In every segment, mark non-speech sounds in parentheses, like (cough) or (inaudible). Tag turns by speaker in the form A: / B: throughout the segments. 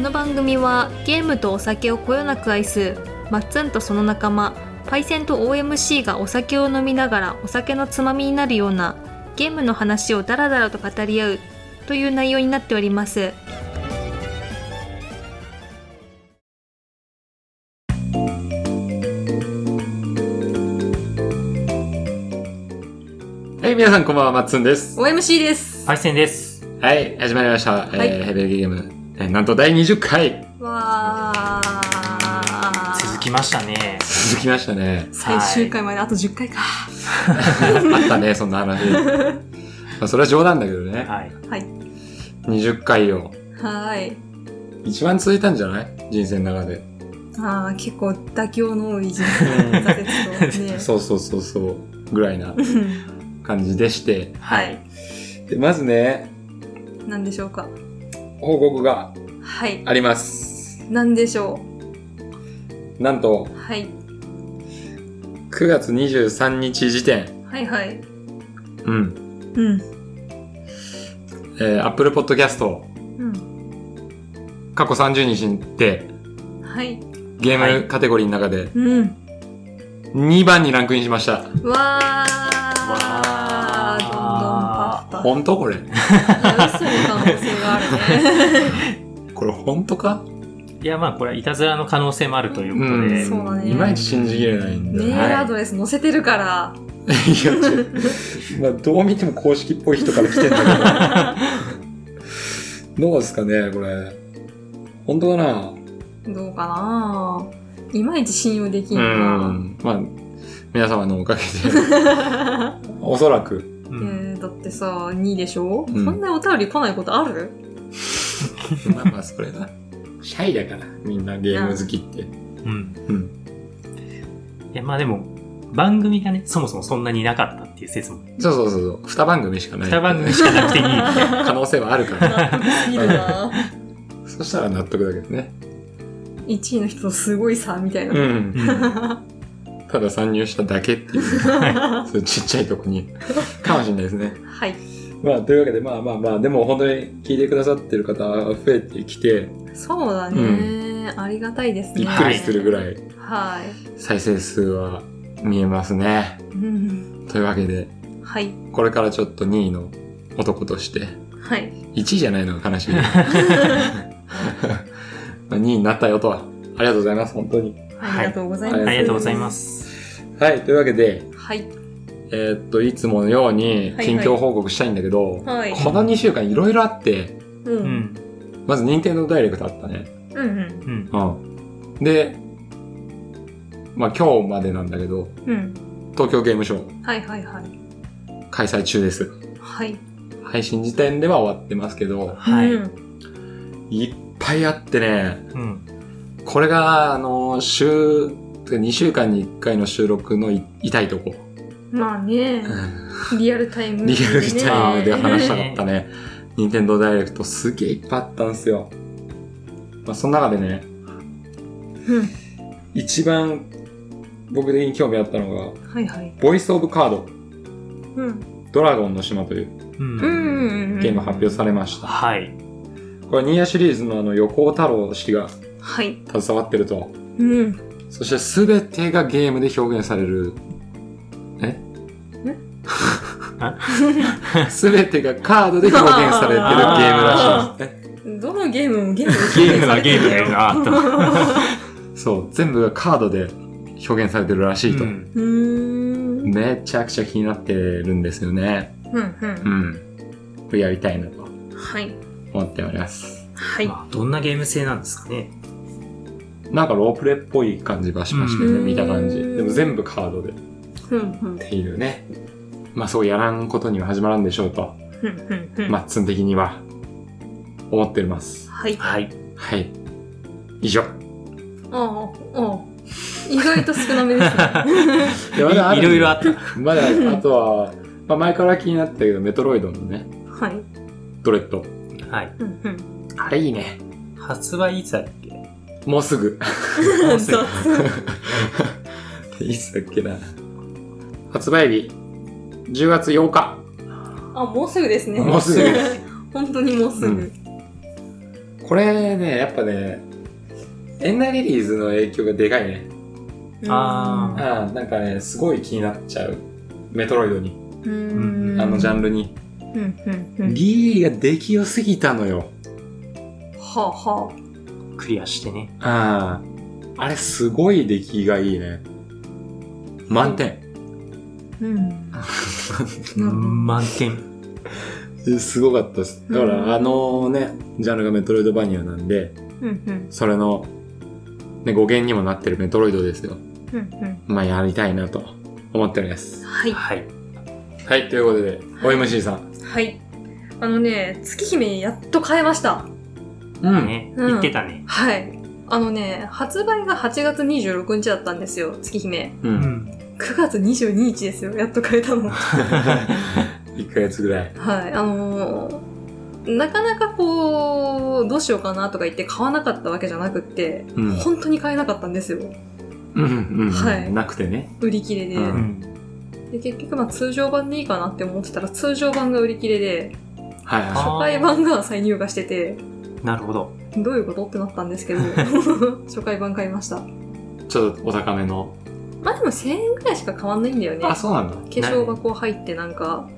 A: の番組はゲームとお酒をこよなく愛すマッツンとその仲間パイセンと OMC がお酒を飲みながらお酒のつまみになるようなゲームの話をダラダラと語り合うという内容になっております
B: はい、皆さんこんばんは、まっつんです。
A: OMC です
C: パイセンです。
B: はい、始まりました。
A: い
B: えー、ヘベルゲーム、えーなんと第20回
A: わあ
C: 続きましたね。。
B: 続きましたね
C: (laughs) 最終回
A: まであと10回か
B: あったね、そんな話。まあ、それは冗談だけどね。
C: はい。
A: はい
B: 20回を。
A: はい
B: 一番続いたんじゃない人生の中で。
A: ああ結構妥協の多い人
C: うん (laughs)
A: 生
B: そうそうそうそう。ぐらいな感じでして。
C: はい。
B: で、まずね、
A: なんでしょうか
B: 報告が
A: はい
B: あります。
A: なんでしょ
B: なんと、
A: うはい
B: 9月23日時点。
A: はいはい
B: うん。
A: うん
B: えー、Apple Podcast
A: うん
B: 過去30日で
A: はい
B: ゲ
C: は
B: ーム
C: い
B: カテゴリーの中で
A: うん
B: 2番にランクインしました。
A: わ
C: わ
A: あどんどんパ
C: あ
A: フパフ
B: 本当これ。
A: いや嘘の可能性があ
B: (laughs)
A: るね
B: これ本当か
C: いや、まあ、これはいたずらの可能性もあるというこ
B: う
C: と
B: ん
C: で。
A: そうだね
B: いまいち信じきれないんだ
A: メ
B: よね。
A: ールアドレス載せてるから
B: いや、違うまあ、どう見ても公式っぽい人から来てんだけど。 (laughs) どうですかね、これ。本当かな
A: どうかないまいち信用できん
B: う
A: な、
B: ん。まあ、皆様の
A: (laughs)
B: おかげで、おそらく。
C: う
A: え
C: ん
A: ーだってさ2でしょ、
B: うん
A: そんなお便り来ないことある
B: まあまあ、それな。シャイだから、みんなゲーム好きって。
C: うん。
B: うん。
C: いや、まあでも、番組がね、そもそもそんなにいなかったっていう説も。
B: そうそうそうそう。二番組しかない。
C: 二番組しかなくていい。
A: (laughs)
B: 可能性はあるから。
A: 納得すぎるな
B: そしたら納得だけどね。
A: 1位の人とすごい差みたいな、
B: うん。
C: うん
B: ただ参入しただけって (laughs) いう、そういうちっちゃいとこに、かもしれないですね。
A: はい
B: まあ、というわけで、まあまあまあ、でも本当に聞いてくださってる方が増えてきて、
A: そうだね、ありがたいですね
B: びっくりするぐらい
A: はい、
B: 再生数は見えますね。
A: うん、
B: というわけで、
A: はい
B: これからちょっと2位の男として、
A: はい
B: (laughs) 1位じゃないのが悲しい。2位になったよとは。ありがとうございます、本当に。
A: ありがとうございます、
B: はい
C: ありがとうございます。
B: はい、というわけで、
A: はい
B: えーっと、いつものように
A: はい
B: 近況報告したいんだけど、
A: はい
B: この2週間いろいろあって、
A: うん
C: う
A: うん
C: ん。
B: まず任天堂ダイレクトあったね。
A: うん
C: うん。
B: うん。で、まあ今日までなんだけど、
A: うん
B: 東京ゲームショウ
A: はいはいはい
B: 開催中です。
A: はい
B: 配信時点では終わってますけど、
C: はい。
A: う
C: うん
B: いっぱいあってね、
C: ん。
B: これが、あの、週、2週間に1回の収録のい痛いとこ。
A: まあねリアルタイム、
B: リアルタイムで話した
C: ね
B: かったね。任天堂ダイレクトすげえいっぱいあったんですよ。まあその中でね、
A: うん
B: 一番僕的に興味あったのが、
A: はいはい
B: ボイスオブカード、
A: うん
B: ドラゴンの島という
C: う
A: う
C: ん
A: んうんうん
B: ゲーム発表されました。
C: はい。
B: これ、ニーヤシリーズのあの、横尾太郎氏が
A: はい
B: 携わってると。
A: うん
B: そして全てがゲームで表現される。え
C: あ
B: 全てがカードで表現されてるゲームらしいですね。
A: どのゲームもゲーム
C: ゲームはゲームだよな、と。
B: そう、全部がカードで表現されてるらしいと。
C: うん
A: うーん
B: めちゃくちゃ気になってるんですよね。
A: うんう
B: うんん。これやりたいなと
A: はい
B: 思っております。
A: はい
C: まあどんなゲーム性なんですかね。
B: なんかロープレっぽい感じがしましたよね、
A: うん
B: 見た感じ。でも全部カードでっ
A: うんうん
B: ていうね。まあそうやらんことには始まらんでしょうと。
A: うんうんうん
B: マッツン的には思っております。
A: はい
C: はい。
B: はい。以上。
A: ああ、ああ。意外と少なめで
C: (laughs)
A: すね。
B: い
C: いいろいろあ
B: っ
C: った。
B: た。まだ、あとは、まあ、前から気になってたけど、メトロイドのね、
A: はい。
B: ドレッド。
C: はい。
A: うんうん。
B: あれいいね。
C: 発売いつだっけ
B: もうすぐ。
A: 雑。
B: (laughs) いつだっけな。発売日、10月8日。
A: あ、もうすぐですね。 (laughs)
B: もうすぐです。
A: 本当にもうす
B: う
A: ぐ
B: ん。
A: う
B: これね、やっぱね、エンナリリーズの影響がでかいね。
C: あー
B: ああ、なんかね、すごい気になっちゃう。メトロイドに、
A: う
C: うん
B: あのジャン
A: ル。
B: ルに。
A: うんうんうん。
B: リーができよすぎたのよ。
A: はあは
C: クリアしてね。
B: ああ、あれすごい出来がいいね。満点。
A: あ。うん。うん
C: 満点。
B: すごかったです。だか
A: うん
B: ら、あのね、ジャンルがメトロイドバニアなんで、
A: うん
B: それの、ね、語源にもなってるメトロイドですよ。
A: うんうん
B: まあ、やりたいなと思っておりま
A: うん。。
B: す
A: はい。
C: はい。
B: はい、ということで、OMC さん。
A: はい。あのね、月姫やっと買えました。
B: う。
C: ね、
A: うん
C: 言ってたね。
A: はい。あのね、発売が8月26日だったんですよ、月姫。
B: う。
C: うん (laughs) ん。
A: 9月22日ですよ、やっと買え (laughs) たの。はい。
B: 1ヶ月ぐらい。
A: あのーなかなかこう、どうしようかなとか言って買わなかったわけじゃなくって、
B: うん
A: 本当に買えなかったんですよ。
B: うん、うん。
A: はい
B: なくてね。
A: 売り切れで。
B: う
C: うん。
A: で結局まあ通常版でいいかなって思ってたら、通常版が売り切れで、
B: はい
C: あ
B: は
C: ー
A: 初回版が再入荷してて、
C: なるほど。
A: どういうことってなったん
B: (laughs)
A: ですけど、初回版買いました。
B: い。ちょっとお高めの。
A: まあでも1000円くらいしか変わんないんだよね。
B: あ、そうなんだ。
A: 化粧箱入ってなんか、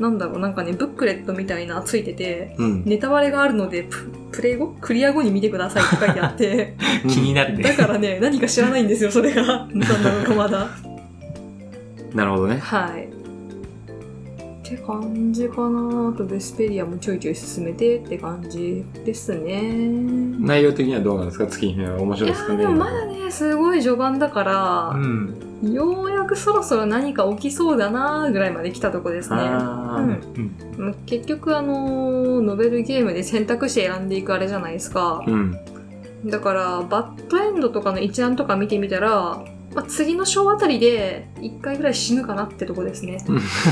A: なんだろう、なんかね、ブックレットみたいなついてて、
B: うん。
A: ネタバレがあるので、ププレイ後クリア後に見てくださいって書いてあ
B: (laughs)
A: って、
C: 気になる
A: だ
C: ね。
A: からね、何か知らないんですよ、それが。なんだろうか、まだ。
B: なるほどね。
A: はい。って感じかなあと、ベスペリアもちょいちょい進めてって感じですね。
B: 内容的にはどうなんですか月姫は面
A: い
B: 白い
A: や
B: ですか
A: ー
B: ね
A: でもまだね、すごい序盤だから、
C: うん。
A: ようやくそろそろ何か起きそうだなーぐらいまで来たとこですね。
B: あ
A: うん
B: ー、
C: うん。
A: まあ結局あのーノベルゲームで選択肢選んでいくあれじゃないですか
B: うん。
A: だからバッドエンドとかの一覧とか見てみたら、まあ、次の章あたりで1回ぐらい死ぬかなってとこです
B: (laughs)
A: ね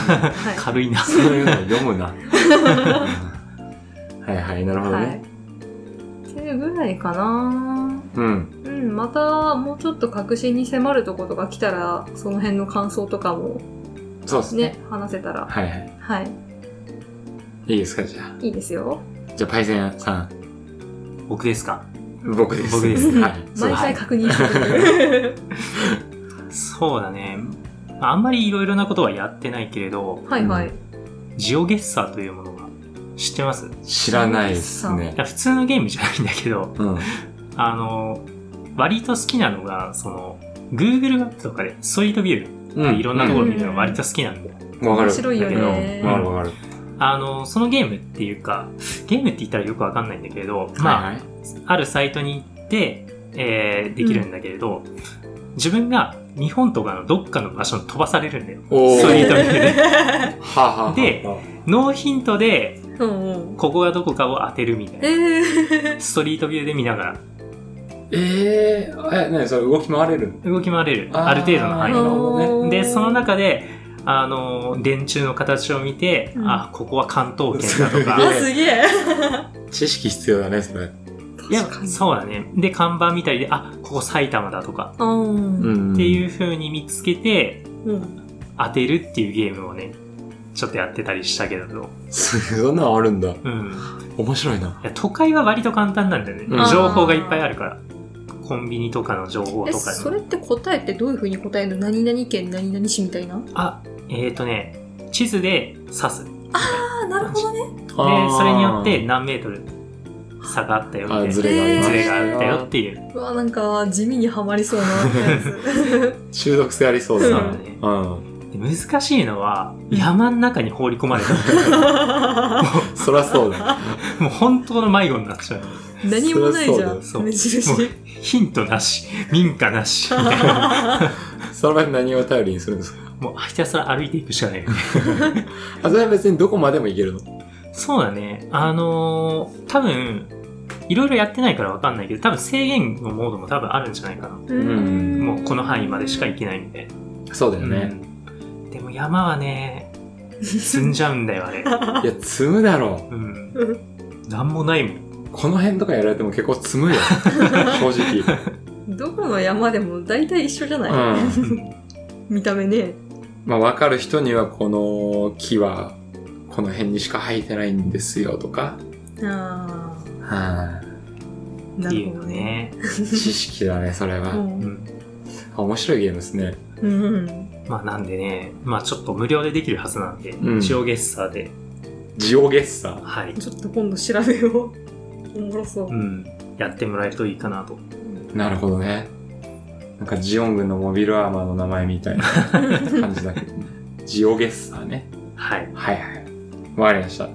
A: は
C: 軽いな。
B: そういうの読むな。 (laughs) はいはい、なるほ
A: い、
B: ど
A: は
B: ね。
A: い、っていうぐらいかな
B: うん。
A: うんまたもうちょっと確信に迫るとことか来たらその辺の感想とかも
B: そうですね。
A: ね話せたら
B: はいはい。
A: はい
B: いいですか、じゃ
A: いいですよ
B: あ。じゃあ、パイセンさん、
C: 僕ですか
B: 僕です。
C: 僕です
B: はい。そう
A: 毎
B: は
A: 回
B: い
A: 確認してる
C: そうだね。あんまりいろいろなことはやってないけれど、
A: はいはい
C: ジオゲッサーというものが知ってますい
B: 知らないですね。
C: や普通のゲームじゃないんだけど、
B: うん。
C: あの、割と好きなのが、その、Google マップとかでストリートビュ
B: う
C: ー、いろんなところ見るのが
A: うん
C: 割と好きなんだよ。
B: ろ。わかる。
A: 面白いよね
B: わかるわかる。
C: あの、そのゲームっていうか、ゲームって言ったらよくわかんないんだけれど、まあ、
B: はいはい
C: あるサイトに行って、えーできるんだけれど、自分が日本とかのどっかの場所に飛ばされるんだよ。
B: おー
C: ストリートビューで。
B: はあはあはあ
C: でノーヒントで、
A: (laughs) うんうん
C: ここがどこかを当てるみたいな。
A: えー
C: ストリートビューで見ながら
B: えー、え、なにそれ動き回れるの
C: 動き回れる。ある程度の範囲
B: なる
C: の。
B: ほどね。
C: で、その中で、あの、電柱の形を見て、
A: うん
C: あ、ここは関東圏だと
B: す
C: か
B: げ。
A: あすげえ
B: 知識必要だね、それ。
C: いや、そうだね。で、看板見たりで、あ、ここ埼玉だとか。
A: うん
B: ん
C: っていう風に見つけて、
A: うん
C: 当てるっていうゲームをね、ちょっとやってたりしたけど、
B: そんなのあるんだ。
C: うん。
B: 面白いな。
C: いや都会は割と簡単なんだよね。
B: うん
C: 情報がいっぱいあるから。コンビニとかの情報
A: え
C: とか
A: そ
C: に。
A: れって答えってどういうふうに答えるの何々県何々市みたいな
C: あ、えっ、ー、とね、地図で指す。で、
A: ああなるほどね
B: で
C: それによって、何メートル差があったよみたい
B: あ
C: な。
B: ズ
C: ズ
B: レがあります
A: ズ
C: レがあったよっていう。
A: うわなんか地味にはまりそうなやつ
B: 中毒性ありそうだ
C: そう
B: な。
C: だね。
B: うん。
C: で難しいのは、山の中に放り込まれた。
B: そらそうだ。
C: もう本当の迷子になっちゃう。も
A: 何もないじゃん
C: そう
A: 目
C: う
A: 印
C: ヒントなし、民家なし、みたいな。
B: その場で何を頼りにするんですか
C: もうひたすら歩いていくしかないよね。
B: あ、それは別にどこまでも行けるの
C: そうだね。あのー多分、いろいろやってないからわかんないけど、多分制限のモードも多分あるんじゃないかな。
B: ん
C: もうこの範囲までしか行けないみたいな。
B: そうだよね。
C: うんでも山はね、積んじゃうんだよ、
B: (laughs)
C: あれ。
B: いや、積むだろ
C: うん。
A: うん
C: なんもないも
B: (laughs)
C: ん。
B: う。この辺とかやられても結構積 (laughs) むよ。正直。
A: どこの山でも大体一緒じゃない、
B: うん。
A: 見た目ね
B: まあ、わかる人には、この木は、この辺にしか生えてないんですよ、とか。
A: あ
B: は
C: っ
A: な
C: て
A: る
C: い
A: ほ
C: う
A: ど
C: の。ね。
B: 知識だね、それは。
A: う
B: あ
A: ん
B: 面白いゲームですね。
A: うん。
C: まあなんでね、まあちょっと無料でできるはずなんで、
B: うん
C: ジオゲッサーで、
B: ジオゲッサー。
C: はい、
A: ちょっと今度調べよう。おもろそう
C: う。 (laughs) ん、やってもらえるといいかなと。
B: なるほどね。なんかジオン軍のモビルアーマーの名前みたいな感じだけどね。ジオゲッサーね。
C: はい。
B: はいはい。わかりました。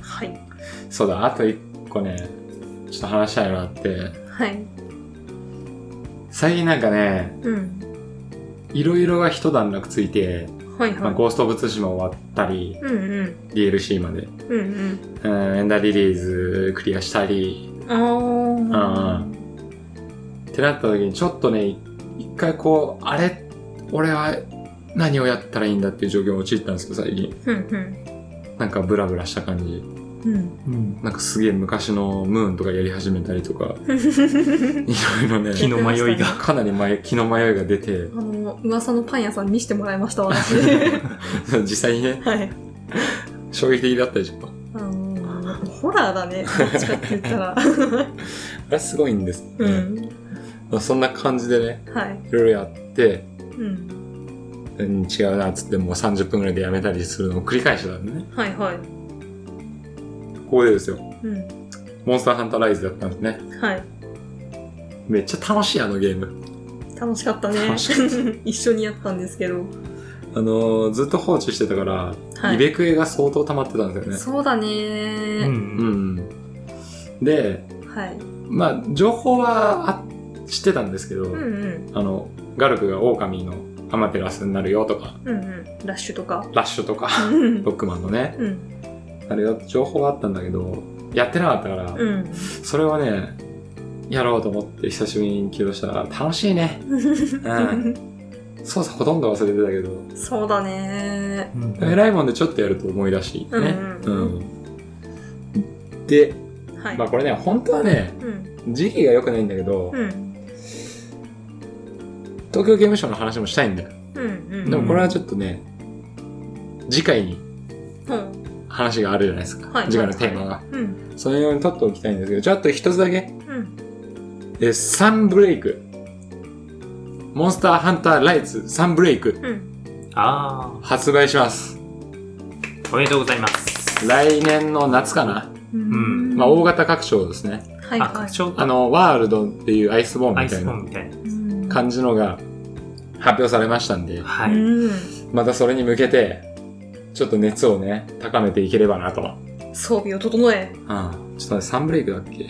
A: はい。
B: そうだ、あと一個ね、ちょっと話したいのあって、
A: はい。
B: 最近なんかね、
A: うん。
B: いろいろが一段落ついて、
A: はいは
B: まあ、
A: い。
B: ゴースト・オブ・ツシマ終わったり、
A: うんうん。
B: DLC まで、
A: うん
B: うん、エンダーリリーズクリアしたり、
A: うん。ああ。
B: ってなった時にちょっとね、い一回こう、あれ俺は何をやったらいいんだっていう状況に陥ったんですけど、最近。
A: うん
B: なんかブラブラした感じ。
A: うん。うん。
C: うん、
B: なんかすげえ昔のムーンとかやり始めたりとか、いろいろね、
C: 気の迷いが。
B: かなり前気の迷いが出て、
A: (laughs) あの、噂のパン屋さん見せてもらいました、
C: (laughs)
A: 私。
B: 実際にね、
A: はい。
B: 衝撃的だったでしょ。
A: あの、ホラーだ
B: (laughs)
A: ね。どっちかって言ったら。
B: あれすごいんです、ね
A: うん。
B: まあそんな感じでね、
A: はい。
B: いろいろやって、
A: うん。
B: うん、違うなっつってもう30分ぐらいでやめたりするのを繰り返してたんでね。
A: はいはい。
B: ここでですよ、
A: うん。
B: モンスターハンターライズだったんですね。
A: はい。
B: めっちゃ楽しいあのゲーム。
A: 楽しかったね
B: 楽し
A: 一緒にやったんですけど、
B: あのーずっと放置してたから、
A: はい
B: イベクエが相当溜まってたんですよね。
A: そうだね
C: う、
B: うんん。で、
A: はい
B: まあ、情報はあ知ってたんですけ
A: う
B: ど、
A: んうん
B: あの、ガルクが狼のアマテラスになるよとか、
A: うんうんラッシュとか
B: ラッシュとか、 (laughs)
A: うん
B: ロックマンのね、
A: うん
B: あれよって情報はあったんだけど、やってなかったから、
A: うん
B: それをね、やろうと思って久しぶりに起動したら、楽しいね。ん操作ほとんど忘れてたけど、
A: (laughs) そうだね
C: うん
B: えらいもんでちょっとやると思い出し、
A: うんう
B: ね。
A: ん
B: うん。で、
A: はい、
B: まあこれね、本当はね、
A: うん
B: 時期が良くないんだけど、
A: うん
B: 東京ゲームショウの話もしたいんだよ。
A: うんうん
B: でもこれはちょっとね、次回に
A: うん
B: 話があるじゃないですか。
A: はい
B: 次回のテーマが。
A: うん
B: そのように取っておきたいんですけど、ちょっと一つだけ、
A: うん
B: えーサンブレイク。モンスターハンターライツサンブレイク
A: うん
C: あ
B: 発売します。
C: あ、おめでとうございます。
B: 来年の夏かな。
C: ん
B: まあ、大型拡張ですね。
A: はい
C: あ、
A: は
C: 拡
A: い
C: 張
B: あの、ワールドっていうアイスボーン
C: ア
B: み
C: イ
B: た
C: ス
B: い
C: ボーン
B: な
C: みたいな。
A: うん
B: 感じのが発表されましたんで、
C: は
A: う
C: い。
A: ん
B: またそれに向けて、ちょっと熱をね、高めていければなと。うん。
A: 装備を整え
B: ちょっと待ってサンブレイクだっけ
A: (laughs)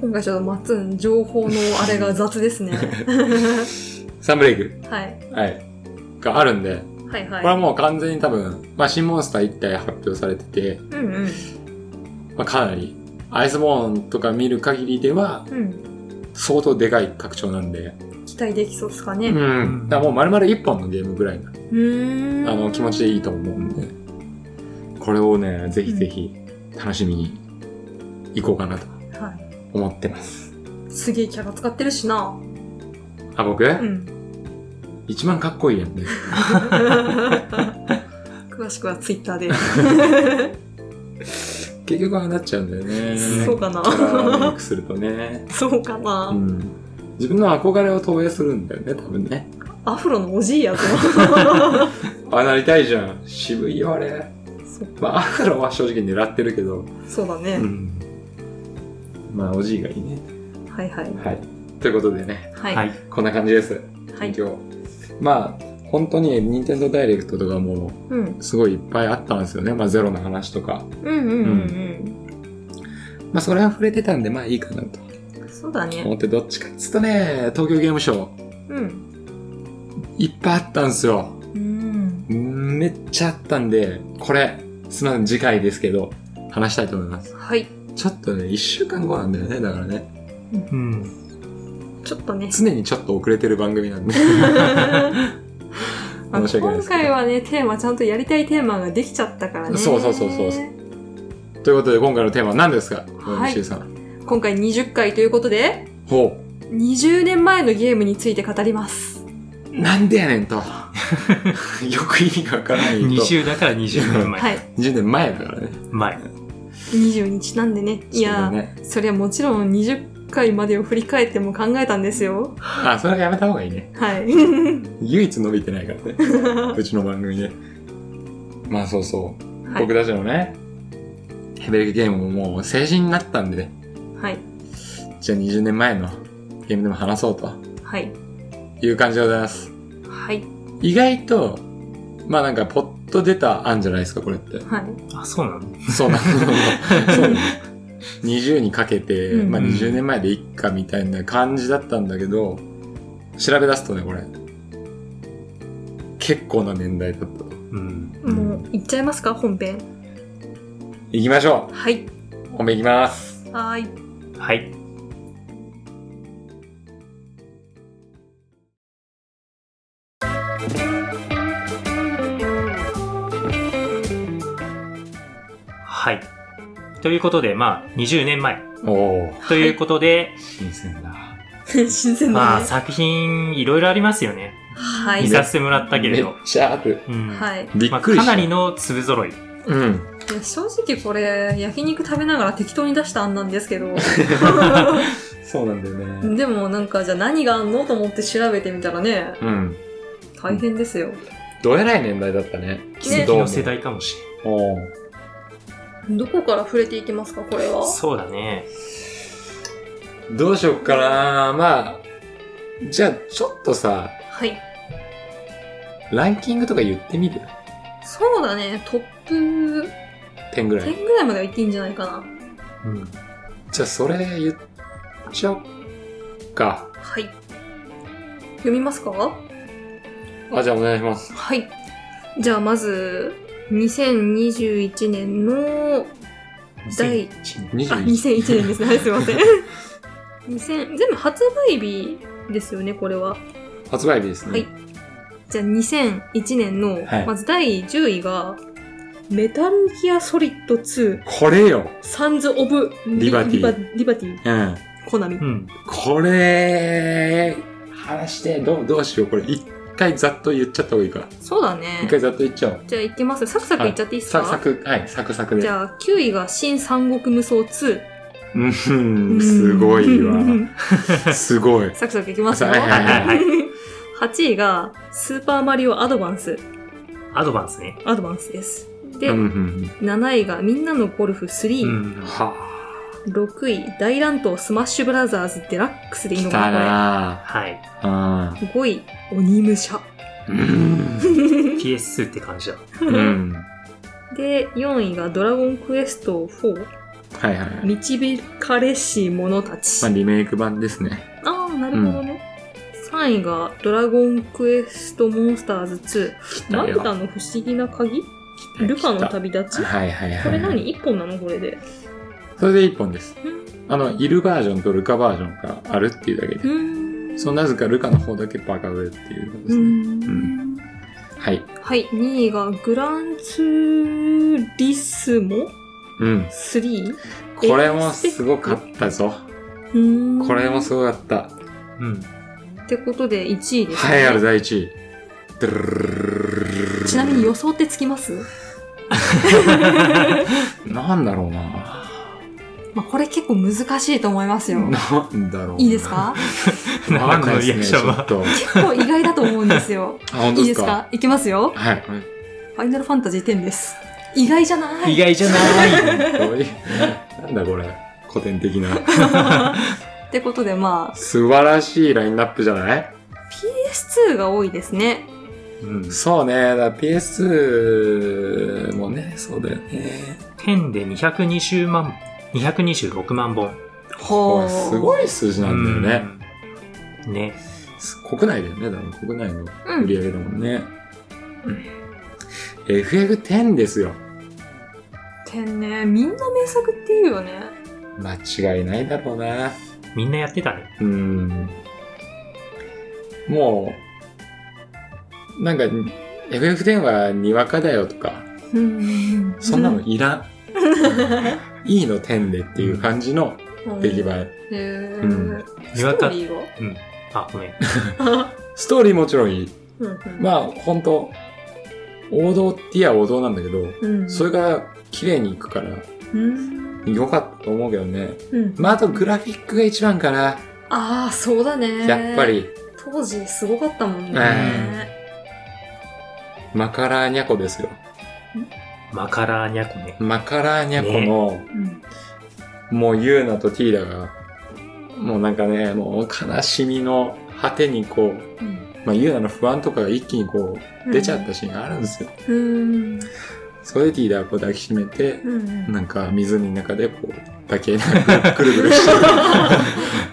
A: 今回ちょっとマッツン情報のあれが雑です
B: (laughs)
A: ね
B: サンブレイク。
A: はい
B: はい。があるんで、
A: はい
B: これは
A: はい。
B: もう完全に多分、まあ、新モンスター1体発表されてて、
A: うんうん。
B: まあ、かなり、アイスボーンとか見る限りでは、
A: うん。
B: 相当でかい拡張なんで、
A: 期待できそうですか
B: う。
A: ね。うん
B: だからもう丸々1本のゲームぐらいな、
A: ーん。
B: あの、気持ちでいいと思うんで、これをね、ぜひぜひ、楽しみに、行こうかなと
A: は
B: 思ってます。
A: い。すげえキャラ使ってるしな。
B: あ、僕、
A: うん。
B: 一番かっこいいやんね。
A: 詳しくはツイッターで。
B: 結局はなっちゃうんだよね。
A: そうかな (laughs)
B: キャラメイクするとね。
A: そうかな、
B: うん。自分の憧れを投影するんだよね、多分ね。
A: アフロのおじい
B: (laughs)
A: やぞ。
B: あ、なりたいじゃん。渋いよ、あれ。
A: そ
B: まあ、アフロは正直狙ってるけど。
A: そうだね、
B: ん。まあ、おじいがいいね。
A: はいはい。
B: はい。ということでね、
A: はい。
C: は
A: はいい。。
B: こんな感じです。今日。まあ、本当に、任天堂ダイレクトとかも、
A: うん。
B: すごいいっぱいあったんですよね。まあ、ゼロの話とか。
A: うんうんうん
B: まあ、それは触れてたんで、まあいいかなと
A: うん。そうだね。
B: 思って、どっちかっつうとね、東京ゲームショウ、
A: うん。
B: いっぱいあったんですよ。
A: うん。
B: めっちゃあったんで、これ、すみません、次回ですけど、話したいと思います。
A: はい。
B: ちょっとね、一週間後なんだよね、だからね。
C: うん。
A: ちょっとね。
B: 常にちょっと遅れてる番組なんで。 (laughs)
A: あの
B: 申し訳ないで
A: 今
B: すけど
A: 回はね、テーマ、ちゃんとやりたいテーマができちゃったからね。
B: そうそうそうそうそうということで、今回のテーマは何ですか、
A: はい
B: 石井さん。
A: 今回20回ということで、
B: ほ
A: 20年前のゲームについて語ります。
B: う。なんでやねん (laughs) と。よく意味がわからないと。
C: 20だから20年前。
A: はい。
B: 20年前だからね。
C: 前。
A: 20にちなんでね。い
B: そうだ
A: や、
B: ね。
A: そりゃもちろん20回までを振り返っても考えたんですよ。
B: あ、それはやめた方がいいね。
A: はい。 (laughs)
B: 唯一伸びてないからね。 (laughs) うちの番組ね。まあそうそう。
A: はい
B: 僕たちのね、ヘベレケゲームももう成人になったんでね。
A: はい。
B: じゃあ20年前のゲームでも話そうと
A: はい。
B: いう感じでございます。
A: はい。
B: 意外と、まあなんか、ポッと出た案じゃないですか、これって。
A: はい。 (laughs)
C: あ、そうなの
B: そうなの。そう20にかけて、
A: うん
B: まあ20年前でいっかみたいな感じだったんだけど、調べ出すとね、これ。結構な年代だった。
C: うん。
A: もう、いっちゃいますか本編。
B: 行きましょ
A: はい。
B: う本編行きます
A: は
B: (laughs)
A: ーい。
C: はい。はい。ということで、まあ、20年前。
B: おお
C: ということで、
B: 新鮮だ。
A: 新鮮
C: ま
A: だ
C: あ、
A: ね。
C: 作品、いろいろありますよね。
A: は
C: 見
A: い。
C: させてもらったけれ
B: めっ
C: ど。
B: ちゃある。
C: うん。
A: はい。
B: びっ
C: まあ、
B: くり
C: か
B: した。
C: なりの粒揃い。
B: うん。
A: いや正直これ、焼肉食べながら適当に出した案なんですけ (laughs) ど。
B: そうなんだよね。
A: でもなんか、じゃあ何があんのと思って調べてみたらね、
B: うん。
A: 大変ですよ。
B: どえらい年代だったね。
C: 奇跡の世代かもしれ
B: おー
A: どこから触れていきますか、これは
C: ん。。そうだね。
B: どうしよっかなまあ、じゃあちょっとさ、
A: はい。
B: ランキングとか言ってみる
A: そうだね、トップ
B: ?10 ぐらい。
A: 10ぐらいまではいっていいんじゃないかな。
C: うん。
B: じゃあそれ言っちゃおっか。
A: はい。読みますか
B: あ、じゃあお願いします。
A: はい。じゃあまず、2021年の、第あ、
B: 21
A: 2001年ですね。はい、すいません。2000、全部発売日ですよね、これは。
B: 発売日ですね。
A: はいじゃあ2001年の、
B: はい
A: まず第10位が、メタルギアソリッド2、
B: これよ。
A: サンズ・オブ・
B: リバティ
A: リバリバティ、
B: うん。
A: コナミ
C: う。ん。
B: これ、話して、どう、どうしよう。これ、一回ざっと言っちゃった方がいいか。
A: そうだ
B: 一
A: ね。
B: 回ざっと言っちゃおう。
A: じゃあ行きますよサクサクいっちゃっていいですか、
B: サクサク、はい、サクサクで。
A: じゃあ9位が新三国無双2。
B: うん、すごい
A: (laughs)
B: わ。すごい。
A: サクサクいきますよ。
B: はいはい
A: (laughs)
C: はいはい。
A: 8位が、スーパーマリオアドバンス。
C: アドバンスね。
A: アドバンスです。
B: う
A: で、
B: んうん
A: 7位が、みんなのゴルフ
C: う
A: 3。
B: うん
C: ん。
B: は
A: 6位、大乱闘スマッシュブラザーズデラックスでいい
B: ぁ、
A: の
B: 来
A: か
B: た
A: な
B: な
C: はい。
B: ぁ。
A: これ。5位、鬼武者。
B: うん。
C: PS2 って感じだ。
B: うん。
A: で、4位が、ドラゴンクエスト4。
B: はいはい。
A: 導かれし者たち。
B: まあ、リメイク版ですね。
A: ああ、なるほどね。3位が、ドラゴンクエストモンスターズ
B: 来
A: 2。マ
B: た
A: ル
B: よ。
A: タの不思議な鍵
B: 来た
A: ルカの
B: 来
A: 旅立
B: た
A: ち
B: はいはいはい。
A: これ何一本なのこれで。
B: それで一本です
A: うん。
B: あの、いるバージョンとルカバージョンがあるっていうだけ
A: う
B: で。
A: ん。
B: そう、なぜかルカの方だけバカ上っていうことで
A: う
B: すね。
A: ん。
B: はい。
A: はい、2位がグランツーリスモ
B: うん。
A: 3。
B: これもすごかったぞ。
A: うん
B: これも
A: う。
B: すごかった。
C: うん。
A: ってことで1位です、
B: 栄えある第一位。
A: ちなみに予想ってつきます
B: なんだろうな。
A: まあ、これ結構難しいと思いますよ。
B: なんだろう。
A: いいですか
B: わかんない
C: リア
B: で
C: ク
B: す
C: シ
B: ね、
C: ョン
B: ちょっと。
C: は。
A: 結構意外だと思うんですよ。
B: あ、本
A: い
B: 当
A: い
B: で
A: ですす
B: か
A: かいきますよ。
B: はい。
A: ファイナルファンタジー10です。意外じゃない
C: 意外じゃない。
B: どういうなんだこれ。古典的な。
A: (laughs) ってことでまあ、
B: 素晴らしいラインナップじゃない
A: PS2 が多いですね。
C: うん。
B: そうね。だから PS もね、そうだよね。
C: 10で220万、226万本。
A: ほ
B: これすごい数字なんだよね。
C: うん。ね。
B: 国内だよね、多分国内の
A: うん
B: 売り上げだもんね。FF10 ですよ。
A: 天ねみんな名作って言うよね
B: 間違いないだろうな。
C: みんなやってたね。
B: うん。もう、なんか、FF10 はにわかだよとか、
A: うん
B: そんなのいら
A: (laughs)
B: ん。いいの10でっていう感じの出来栄
A: へ
B: え。
A: え
B: うん
C: にわ
A: ストー
C: か
A: リー
C: うん。あ、ごめん。
A: は
B: ストーリーもちろんいい。
A: うん
B: まあ、ほんと、王道って言や王道なんだけど、
A: うん
B: それが綺麗にいくから、
A: うん。
B: 良かったと思うけどね。
A: うん。
B: まあ、あとグラフィックが一番かな。
A: ああ、そうだね。
B: やっぱ。り、
A: 当時すごかったもんね。
B: えマカラーニャコですよ。
C: マカラーニャコね。
B: マカラーニャコの、
A: うん。
B: もうユーナとティーラが、もうなんかね、もう悲しみの果てにこう、
A: うん
B: まあ、ユーナの不安とかが一気にこう、出ちゃったシーンがあるんですよ。
A: うん。
B: それでティーラはこう抱きしめて、
A: (laughs) うん。
B: なんか湖の中でこう、だけなんかぐるぐる (laughs) して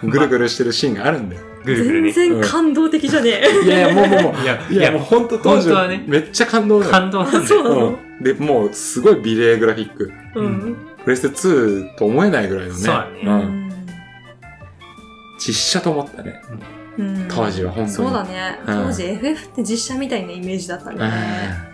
B: る、ぐるぐるしてるシーンがあるんだよ。
C: ぐるぐる
A: 全
C: ね。
A: 然感動的じゃねえ。
B: いやいや、もうもうもう、
C: いや、
B: い
C: い
B: や
C: や、
B: もう本当当時
C: 本当はね
B: めっちゃ感動だよ。
C: 感動なんだ
A: そう
C: よ。
A: な
B: う
A: の
B: ん。で、もうすごい美麗グラフィック。
A: うん。
B: プレステ2と思えないぐらいのね。
C: そうだね
B: ん。実写と思ったね。
A: うん
B: 当時は本当に。
A: そうだね。
B: うん
A: 当時 FF って実写みたいなイメージだったんだね。
B: うん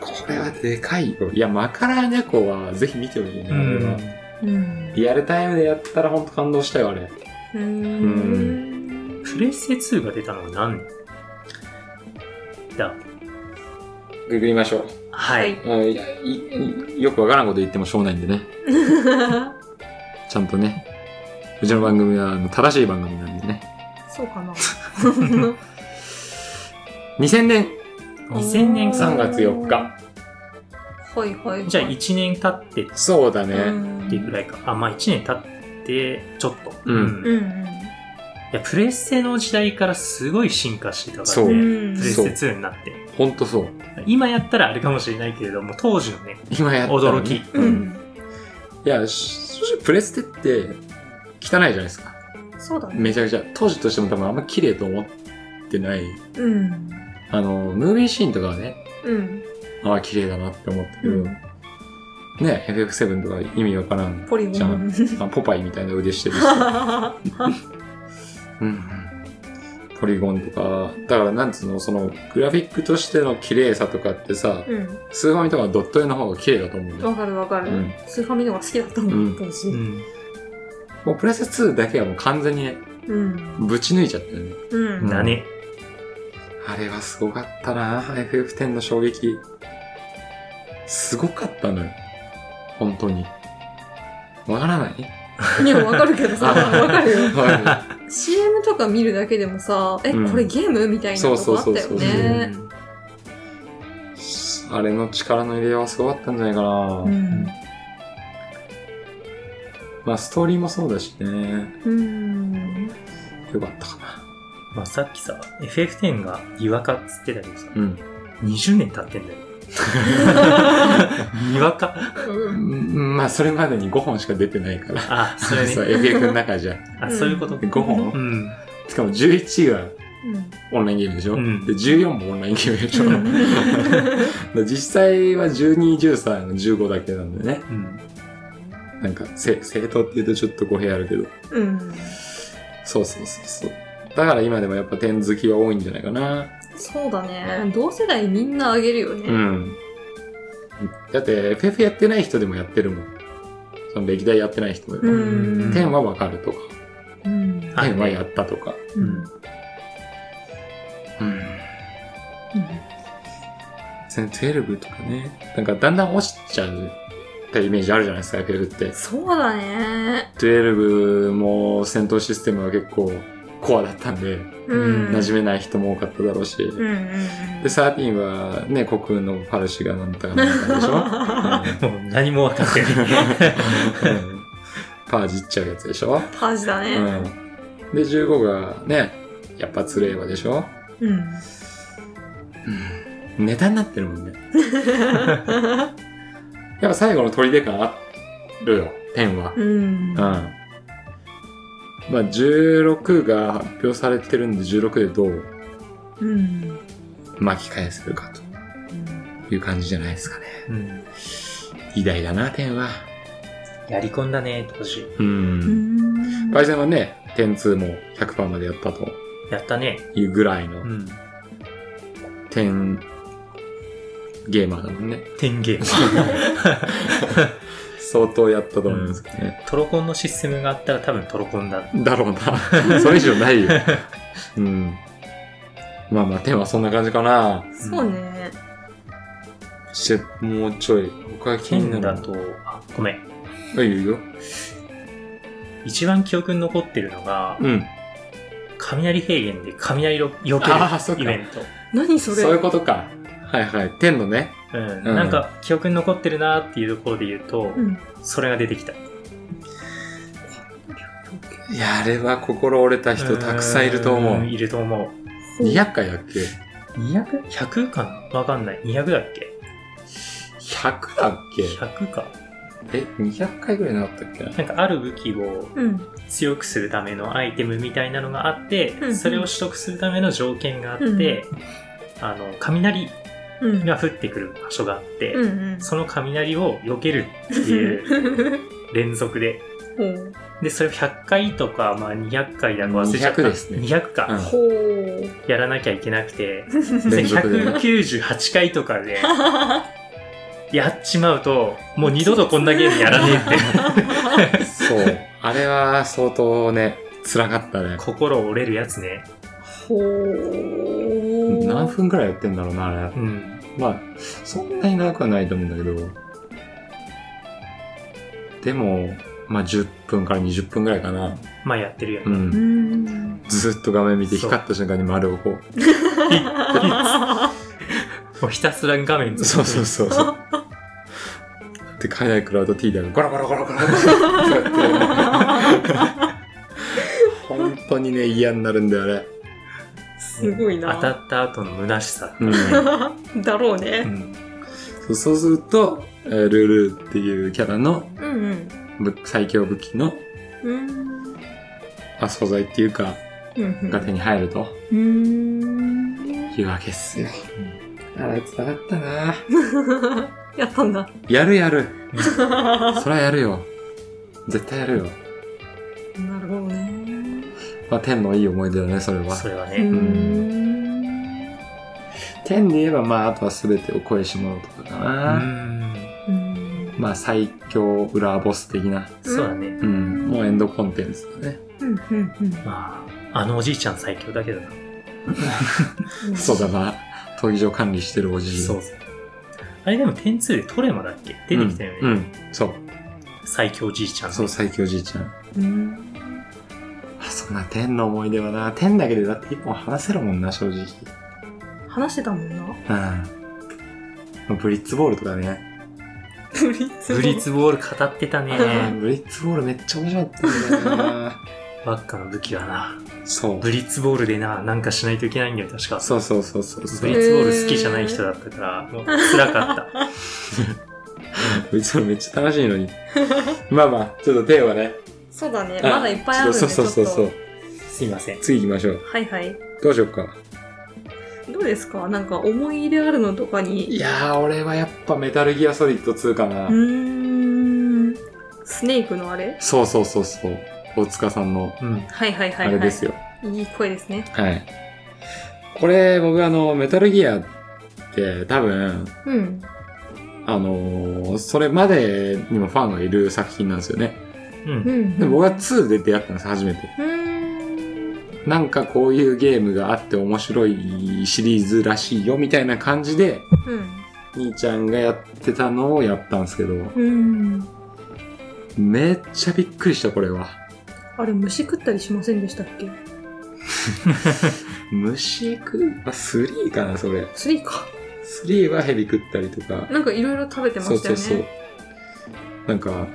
B: これはでかいよ。いや、マカラーニャコはぜひ見てほしいな、
C: う
B: あれは
C: ん。
A: うん。
B: リアルタイムでやったら本当感動したよ、あれ。
A: うーん。
C: プレステ2が出たのは何年だ
B: ググりましょう。
C: は。
A: はい
B: うんいやいいよくわからんこと言ってもしょうがないんでね。ちゃんとね。うちの番組はあの正しい番組なんでね。
A: そうか
B: (laughs)
A: な。
B: 2000年
C: 2000年
B: 3
C: か。
B: 月4日。
A: はいはいはい。
C: じゃあ1年経ってっ
B: そうだね。
C: ていうぐらいか。あ、まあ1年経って、ちょっと。
B: うん
A: うん。
C: いや、プレステの時代からすごい進化してたか
B: そ
C: ら
B: う
A: うん。うん
C: ね。プレステ2になって。
B: ほんとそう。
C: 今やったらあれかもしれないけれども、当時のね、
B: 今やったらね、
C: 驚き
A: う
B: うんん。いや、し正直プレステって汚いじゃないですか。
A: そうだね。
B: めちゃくちゃ。当時としても多分あんま綺麗と思ってない。
A: うん。
B: あの、ムービーシーンとかはね、
A: うん。
B: ああ、綺麗だなって思ったけど、
A: うん
B: ね、FF7 とか意味わからん。
A: ポリゴ
B: じゃん
A: ン。
B: あポパイみたいな腕してるし。うんうんポリゴンとか、だからなんつうの、その、グラフィックとしての綺麗さとかってさ、
A: う
B: スーファミとかドット絵の方が綺麗だと思うん
A: ん。
B: だよ
A: わ。かるわか
B: う
A: る
B: ん。
A: スーファミの方が好きだったも
B: うん
A: ん、当時。
C: うん。
B: もうプレステ2だけはもう完全にね、
A: うん。
B: ぶち抜いちゃったよね。
A: うん。
C: だね。
B: あれはすごかったな FF10 の衝撃。すごかったのよ。本当に。わからない
A: いや、わかるけ
B: (laughs)
A: どさ、わかるよ。
B: は
A: CM とか見るだけでもさ、え、
B: うん
A: これゲームみ (laughs) たいな
B: そう
A: と
B: そう
A: こあっ
B: そう
A: たよ
B: そう
A: ね。
B: い。あれの力の入れはすごかったんじゃないかな、
A: うん。
B: まあ、ストーリーもそうだしね。
A: うん。
B: よかったかな。
C: まあさっきさ、FF10 が岩化っつってたけどさ、
B: うん。
C: 20年経っ
B: (laughs)
C: てんだよ。にわか。
B: うんまあ、それまでに5本しか出てないから。
C: あ、そ
B: (laughs)
C: れ
B: そう、
C: ね。
B: FF の
A: (laughs)
B: 中じゃ。
C: あ、そういうことか。
B: 5
C: う
B: 本
C: ん。
B: しかも11位は
A: うん
B: オンラインゲームでしょ、
C: うん
B: で、14もオンラインゲームでしょ、で実際は12、13、15だけなんでね。
C: うん。
B: なんか、せ正当って言うとちょっと語弊あるけど。
A: うん。
B: そうそうそうそう。だから今でもやっぱ点好きは多いんじゃないかな。
A: そうだね。同世代みんなあげるよ
B: う
A: ね。
B: ん。だって、FF やってない人でもやってるもん。その歴代やってない人で
A: う
B: も。
A: ん。
B: 点はわかるとか、
A: うん。
C: はい
B: 点はやったとか。
A: うん。
B: うん。全然12とかね。なんかだんだん落ちちゃうってイメージあるじゃないですか、FF って。
A: そうだね。
B: 12も戦闘システムが結構コアだったんで、
A: うん。
B: 馴染めない人も多かっただろうし。
A: うんうん
B: で、13はね、国空のパルシがなんとかなんとかでし
A: (laughs)
B: ょ、うん
C: もう何も分かっ
B: (laughs)
C: てない。
B: うんパージっちゃうやつでしょ、
A: パージだ
B: う
A: ね。
B: ん、で15がねやっぱつれーばでしょ、
A: うん。
B: うん、ネタになってるもんね (laughs) やっぱ最後の砦感あるよ天は
A: う
B: う
A: ん。
B: んまあ16が発表されてるんで16でどう
A: うん。
B: 巻き返せるかという感じじゃないですかね
C: うん
B: 偉大だな天は
C: やり込んだね、当時。
B: う
A: うんん。
B: パイセンはね天2も100%までやったと
C: やったね。
B: いうぐらいの
C: うん。
B: 天ゲーマーだもんね
C: 天ゲーム。
B: 相当やったと思うんですけどね、
C: トロコンのシステムがあったら多分トロコンだ。
B: だろうな (laughs) それ以上ないようんまあまあ天はそんな感じかな
A: そうね。
B: してもうちょい他気に
C: 剣
B: な
C: だ
B: る
C: と、あ、ごめん。
B: あ、いいよ。
C: 一番記憶に残ってるのが、
B: うん。
C: 雷平原で雷よ避
B: あーそっ
C: け
B: か
C: るイベント。
A: 何そ
B: そう
A: れ
B: いうことか。はいはい。天のね。
C: うん、
B: うん
C: なんか記憶に残ってるなっていうところで言うと、
A: うん
C: それが出てきた。
B: いや、あれは心折れた人たくさんいると思
C: ん
B: う。
C: いると思う。
B: 200回だっけ
C: 200?100 かなわかんない。200だっけ
B: ?100 だっ
C: ?100 か。
B: けえ、200回ぐらいなかったっけな
C: なんかある武器を
A: うん
C: 強くするためのアイテムみたいなのがあって、
A: うん
C: それを取得するための条件があって、
A: うん
C: あの雷
A: うん
C: が降ってくる場所があって、
A: うんうん
C: その雷を避けるっていう連続で。
A: ほう
C: で、それを100回とか、まあ、200回だか忘れちゃった。
B: 200ですね
C: 200か、
B: うん
A: ほう
C: やらなきゃいけなくて、
B: 連続でね。
C: 198回とかで、 (laughs) やっちまうと、もう二度とこんなゲームやらねえ
B: (laughs)
C: って、
B: そう。あれは相当ね、辛かったね。
C: 心折れるやつね。
A: ほう
B: 何分ぐらいやってんだろうな、あれ
C: う。ん。
B: まあ、そんなに長くはないと思うんだけど。でも、まあ10分から20分ぐらいかな。
C: まあやってるよ
B: う。
C: ね。
A: うんん
B: ずっと画面見て光った瞬間に丸をこう。
C: もうひたすら画面ずっと
B: そうそうそうそう。で、海外クラウド T でゴロゴロゴロゴロゴロってやって。本当にね、嫌になるんだよ、あれ。
A: すごいな
C: 当たった後の虚しさ。
B: うん
A: だろうね
B: そうそうすると、えールールーっていうキャラの
A: うん
B: 武最強武器の
A: うんうん
B: あ素材っていうか、
A: うん
B: が手に入ると
A: うん
B: いうわけっすよ。あれ、つかったな
A: やったんだ
B: やるやる。 (laughs) そりゃやるよ。絶対やるよ。
A: なるほどね
B: まあ、天のいい思い出だね、それは。
C: それはね、
A: う
B: 天で言えば、まあ、あとは全てを超えしまうとかかな。
C: うん
A: うん
B: まあ最強裏ボス的な、
C: そうだね。
B: うん、もうエンドコンテンツだね。
A: うんうん
C: まあ、あのおじいちゃん最強だけどな。
A: うん
B: そうだな。闘技場管理してるおじい。
C: そう。あれでも、点2でトレマだっけ出てきたよね。
B: うん。うんそう。
C: 最強じいちゃん。
B: そう、最強じいちゃん。
A: うん
B: あ、そんな天の思い出はな。天だけでだって一本話せるもんな、正直。
A: 話してたもん (laughs) な
B: うん。ブリッツボールとかね。
A: ブリッツ
C: ブリッツボール語ってた
B: うん
C: (laughs) ね。
B: ブリッツボールめっちゃ面白かったんだ
A: (laughs)
B: よな。
C: ばっかの武器はな。
B: そう
C: ブ。リッツボールでな、なんかしないといけないんだよ、確か。
B: そうそうそうそうそ
C: ブ
B: う。
C: リッ
B: ブ
C: ツボール好きじゃない人だったから、もう辛かった。
B: リッツボールめっちゃ楽しいのに。
A: (laughs)
B: まあまあ、ちょっと天はね。
A: そうだねまだいっぱいあるんで
B: そうそうそう
A: ち
B: そ
A: ょ
B: う
A: っ。
C: (laughs) すいません。
B: 次行きましょう。
A: とはいはい
B: どうしようか。
A: どうですかなんか思い入れあるのとかに
B: いやー、俺はやっぱメタルギアソリッド2かな。
A: うーんスネークのあれ
B: そうそうそうそう。大塚さんの、
C: うん。
A: はいはいは
B: あ
A: い、はい、
B: れですよ。
A: いい声ですね
B: はい。これ、僕あの、メタルギアって多分、
A: うん
B: あのーそれまでにもファンがいる作品なんですよね。
C: う。
A: うんん
B: で、僕は2で出会ったんです、初めて。
A: うーん
B: なんかこういうゲームがあって面白いシリーズらしいよ、みたいな感じで、
A: うん
B: 兄ちゃんがやってたのをやったんですけど、
A: うん
B: めっちゃびっくりした、これは。
A: あれ虫食ったりしませんでしたっけ
B: 虫食うあ、3かな、それ。
A: スリーか
B: 3はヘビ食ったりとか、
A: なんかいろいろ食べてま
B: そう
A: した
B: そ
A: よ
B: う
A: ね
B: そうなんか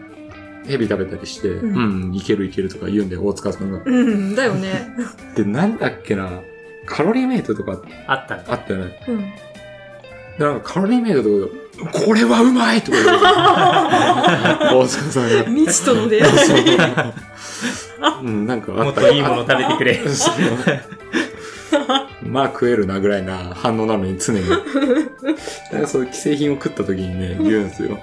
B: ヘビ食べたりして「
A: ん
B: うん、いけるいける」とか言うんだよ大塚さんが。
A: うんだよね
B: でなんだっけなカロリーメイトとか
C: あったんだ。
B: あったよね。
A: うん
B: でなんかカロリーメイトとかで「これはうまい!」とか言うの大塚さん
C: (laughs)
B: が。
A: 未知との出会い
B: そううん、なんかあ
C: も
B: っ
C: ったといいもの食べてくれ。
B: そうまあ食えるなぐらいな反応なのに常に。だからそういう既製品を食った時にね、言うんですよ。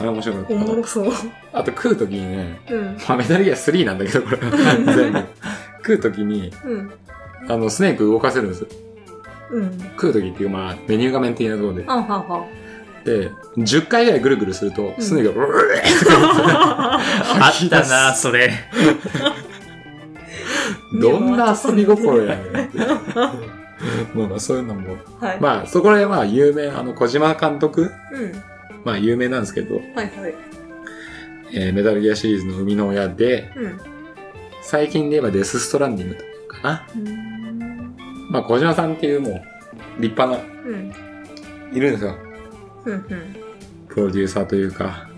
B: あれ面白かった
A: お。もろそう
B: あと食う時にね、
A: うん
B: まあ、メタルギア3なんだけど、これは全部。食う時に、
A: うん
B: あの、スネーク動かせるんですよ。
A: うん
B: 食う時っていう、まあ、メニュー画面的なところで。
A: あはは
B: で、10回ぐらいぐるぐるすると、
A: うん
B: スネークが、うえ
C: あったな、 (laughs) それ。
B: どんな遊び心やねん
A: (laughs)
B: って。まあまあ、そういうのも。
A: はい
B: まあ、そこら辺は有名、あの、小島監督
A: うん
B: まあ有名なんですけど、
A: はいはい。
B: えーメタルギアシリーズの生みの親で、
A: うん。
B: 最近で言えばデスストランディングとかな。まあ小島さんっていうもう立派な、
A: うん。
B: いるんですよ。
A: うん。うん。
B: プロデューサーというか。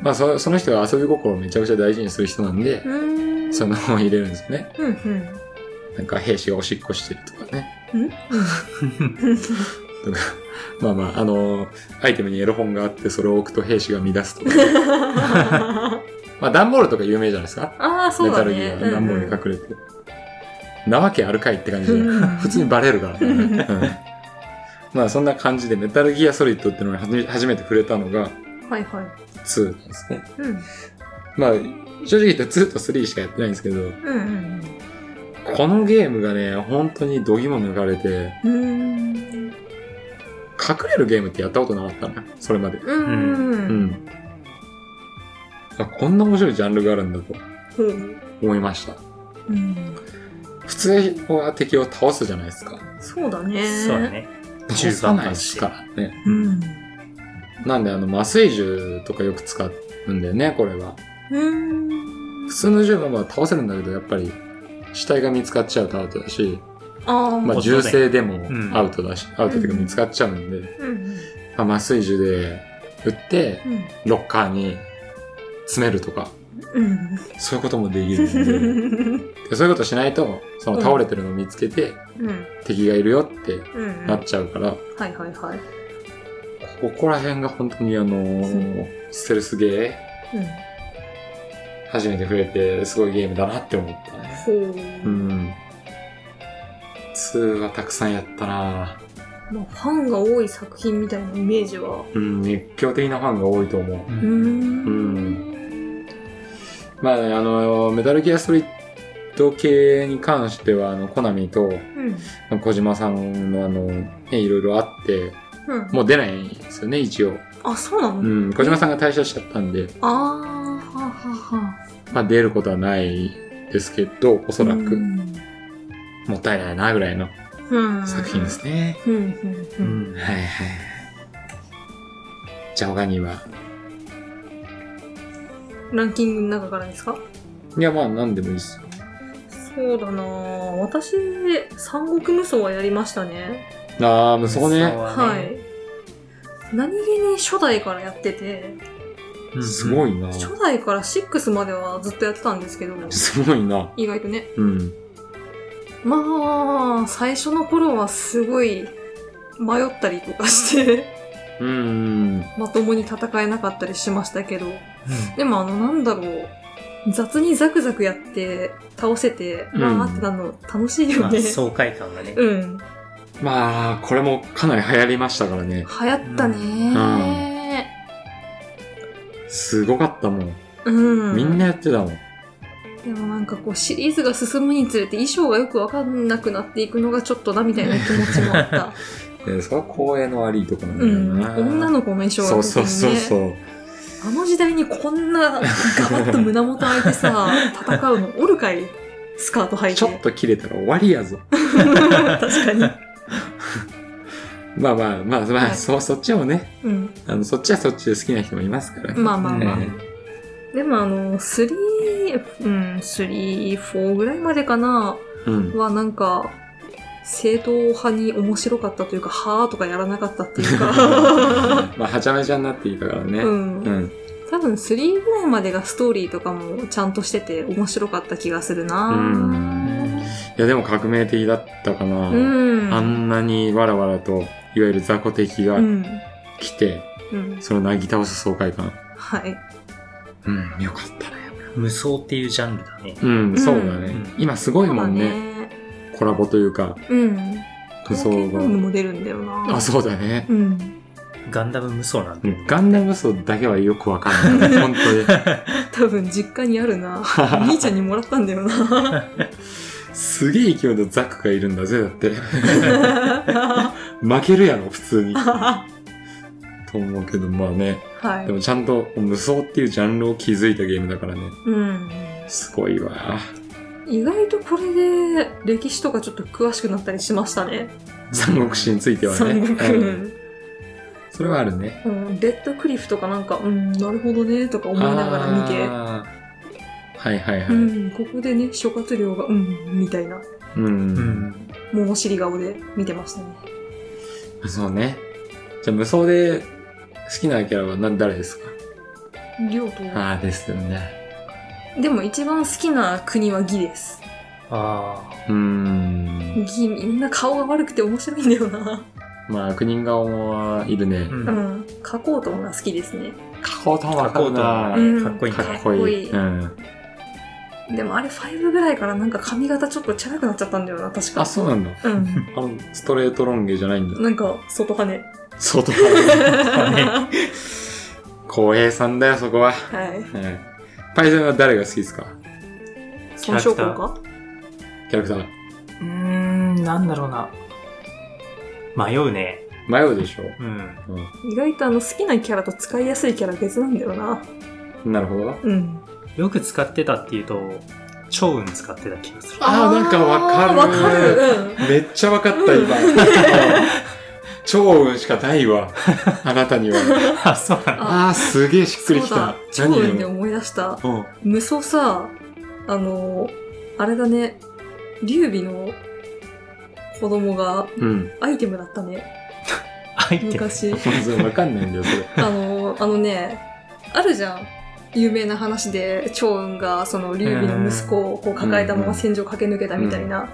B: まあそその人が遊び心をめちゃくちゃ大事にする人なんで、
A: うん。
B: その本を入れるんですね。
A: うん。うん。
B: なんか兵士がおしっこしてるとかね。
A: うん
B: とか (laughs) まあまあ、あのアイテムにエロ本があって、それを置くと兵士が乱すとか。まあ、段ボールとか有名じゃないですか。
A: ああ、そう
B: メタ
A: だ
B: ルギ
A: ね
B: ア。段ボールに隠れて。なわけあるかいって感じで、
A: うん
B: 普通にバレ
A: (laughs)
B: るからね。うんまあ、そんな感じで、メタルギアソリッドっていうのに初め初めて触れたのが
A: うんはいはい。
B: 2なんですね。
A: うん。
B: まあ、正直言うと2と3しかやってないんですけど、
A: うん。
B: このゲームがね、本当に度肝抜かれて、
A: うん。うん。
B: 隠れるゲームってやったことなかったのよ、それまで。
A: うん。
B: う
A: うん。
B: ん。あ、こんな面白いジャンルがあるんだと
A: うん。
B: 思いました。
A: うん。
B: 普通は敵を倒すじゃないですか。
A: そうだね。
C: そうだ。ね。
B: 倒さないですからね。
A: うん。
B: なんで、あの、麻酔銃とかよく使うんだよね、これは。
A: うん
B: 普。通の銃もまあ倒せるんだけど、やっぱり、死体が見つかっちゃうとアウトだし、
A: ああ。
B: まあ
C: 音で
B: 銃声でも
C: うん
B: アウトだし、アウトっていうか見つかっちゃうんで、
A: うん。
B: まあ麻酔銃で撃って、
A: うん。
B: ロッカーに詰めるとか、
A: うん。
B: そういうこともできる
A: うん
B: で、
A: ん。
B: でそういうことしないと、その倒れてるのを見つけて、
A: うん。
B: 敵がいるよって
A: うん。
B: なっちゃうから、
A: はいはいはい。
B: ここら辺が本当にあのーステルスゲー、
A: うん。
B: 初めて触れて、すごいゲームだなって思ったね。
A: ほう。
B: うん。2はたくさんやったな
A: まあ、ファンが多い作品みたいなイメージは。
B: うん、熱狂的なファンが多いと思う。
A: う。ん。
B: まあね、あのーメタルギアストリート系に関しては、あの、コナミと
A: うん。
B: 小島さんのあの、ね、いろいろあって、
A: うん。
B: もう出ないんですよね、一応。
A: あ、そうなの、
B: うん、小島さんが退社しちゃったんで、
A: ああ、はあはあはあ。
B: まあ出ることはないですけど、おそら
A: う
B: く、
A: ん。
B: もったいないな、ぐらいの
A: うん
B: 作品で。すね。
A: うん、うん、う。
C: うんん。
B: はいはい。じゃあ他には。
A: ランキングの中からですか
B: いや、まあ何でもいいですよ。
A: そうだなぁ私、三国無双はやりましたね。
B: あー、もうそこね、
A: は。
C: はい
A: 何気に初代からやってて、
B: すご
C: い。
B: いな。
A: 初代から6まではずっとやってたんですけど、
B: すごいな。
A: 意外とね。
B: うん。
A: まあ、最初の頃はすごい迷ったりとかして、 (laughs)
B: うんうん
A: まともに戦えなかったりしましたけど、でもあの、なんだろう。雑にザクザクやって、倒せて、
B: うん
A: わーってなるの楽しい
C: ま
A: よ
C: あ
A: ね。
C: 爽快感がね。
A: うん。流
B: うん。まあ、これもかなり流行りましたからね。
A: 行ったね
B: すごかったもん。
A: うん。
B: みんな。やってたもん。
A: でもなんかこう、シリーズが進むにつれて衣装がよくわかんなくなっていくのがちょっとなみたいな気持ちもあ
B: (laughs)
A: った。
B: えそれは光栄の悪いとこなんだ
A: う
B: よ
A: ん。
B: な。
A: 女
B: の
A: の子の衣装が
B: そうそうそう
A: 特にね
B: そう。
A: あの時代にこんなガバッと胸元開いてさ、戦うのおるかいスカート履いて。
B: ちょっと切れたら終わりやぞ。
A: 確かに。
B: まあまあまあま
A: は
B: あ、
A: い
B: そう、 (laughs) そっちもね、
A: うん。
B: あの、そっちはそっちで好きな人もいますからね。
A: まあまあまあ。
B: え
A: でもあの、3、うん、3、4ぐらいまでかな、(laughs)
B: えうん。
A: はなんか、正統派に面白かったというか、はーとかやらなかったっていうか、
B: まあ、はちゃめちゃになっていたから (laughs) ね。
A: う。
B: うんん。
A: 多分3ぐらいまでがストーリーとかもちゃんとしてて面白かった気がする
B: う
A: な
B: はいや、でも革命的だったかな。
A: うん。
B: あんなにわらわらと、いわゆる雑魚敵が
A: うん。
B: 来て、
A: うん。
B: それをなぎ倒す爽快感。
A: はい。
B: うん、よかったね。
C: 無双っていうジャンルだね。
B: うん、そうだね。
C: うん
B: 今すごいもんね。コラボというか、
A: うん。
B: 無双
A: 刀剣乱舞
B: が。
A: も出るんだよな。
B: あ、そうだね。
A: うん。
C: ガンダム無双なんて。
B: ガンダム無双だけはよくわかんない。本当に。
A: 多分実家にある
B: (laughs)
A: な。兄ちゃんにもらったんだよな。
B: すげえ勢いのザクがいるんだぜ、だって。負けるやろ、普通に。と思うけど、まあね。
A: はい
B: で。もちゃんと無双っていうジャンルを築いたゲームだからね。
A: うん。
B: すごいわ。
A: 意外とこれで歴史とかちょっと詳しくなったりしましたね。 (laughs)
B: 三国志についてはね。
A: 三国。
B: うんそれはあるね。
A: うん、レッドクリフとかなんか、うん、なるほどね、とか思いながら見て、
B: あーはいはいは
A: う
B: い。
A: ん、ここでね、諸葛亮が、うん、みたいな、
B: うん。
C: ん
A: 物知り顔で見てましたね。
B: そうね。じゃあ無双で好きなキャラは何誰ですか
A: 亮と、
B: ああ、ですよね。
A: でも一番好きな国は義です。
C: あ
B: うーん。
A: 義、みんな顔が悪くて面白いんだよな。
B: まあ、クニンガオもいるね
C: あ。う。
A: うんん、書こうともが好きですね。
B: 加工とは
C: かっこいいな
A: うん
C: かっこいいね
B: かっこいい。う
A: かっ
B: ん。
A: でもあれ5ぐらいからなんか髪型ちょっとチャラくなっちゃったんだよな、確か。
B: あ、そうなんだ。
A: うん。
B: あの、ストレートロン毛じゃないんだ。
A: なんか、外羽。
B: 相当だ。
A: は
B: 浩平さんだよ、そこは。
A: (laughs) い。
B: はい。パイセンは誰が好きですか
A: 孫将校か
B: キャラクター。
C: うーん、なんだろうな。迷うね。
B: 迷うでしょ
C: うん。
A: 意外とあの好きなキャラと使いやすいキャラ別なんだよな。
B: うん。なるほど。
A: うん。
C: よく使ってたっていうと、超運使ってた気がする。
B: あーなんかわかる
A: わかる。
B: めっちゃ分か
A: (laughs)
B: った、今。超運しかないわ。あなた
A: (laughs)
B: には。
C: あ、そうなんだ。
B: ああ、すげえしっく
A: うん。
B: り
A: そう
B: き
A: だ
B: た。。
A: 超運で思い出した。
B: うん。
A: 無双さ、あの、あれだね。劉備の子供が
B: うん。
A: アイテムだったね。
C: 相手。
A: 昔。
B: 分かんないんだよ、それ。
A: あの、あのね、あるじゃん。有名な話で、趙雲が、その、劉備の息子をこう抱えたまま戦場を駆け抜けたみたいな。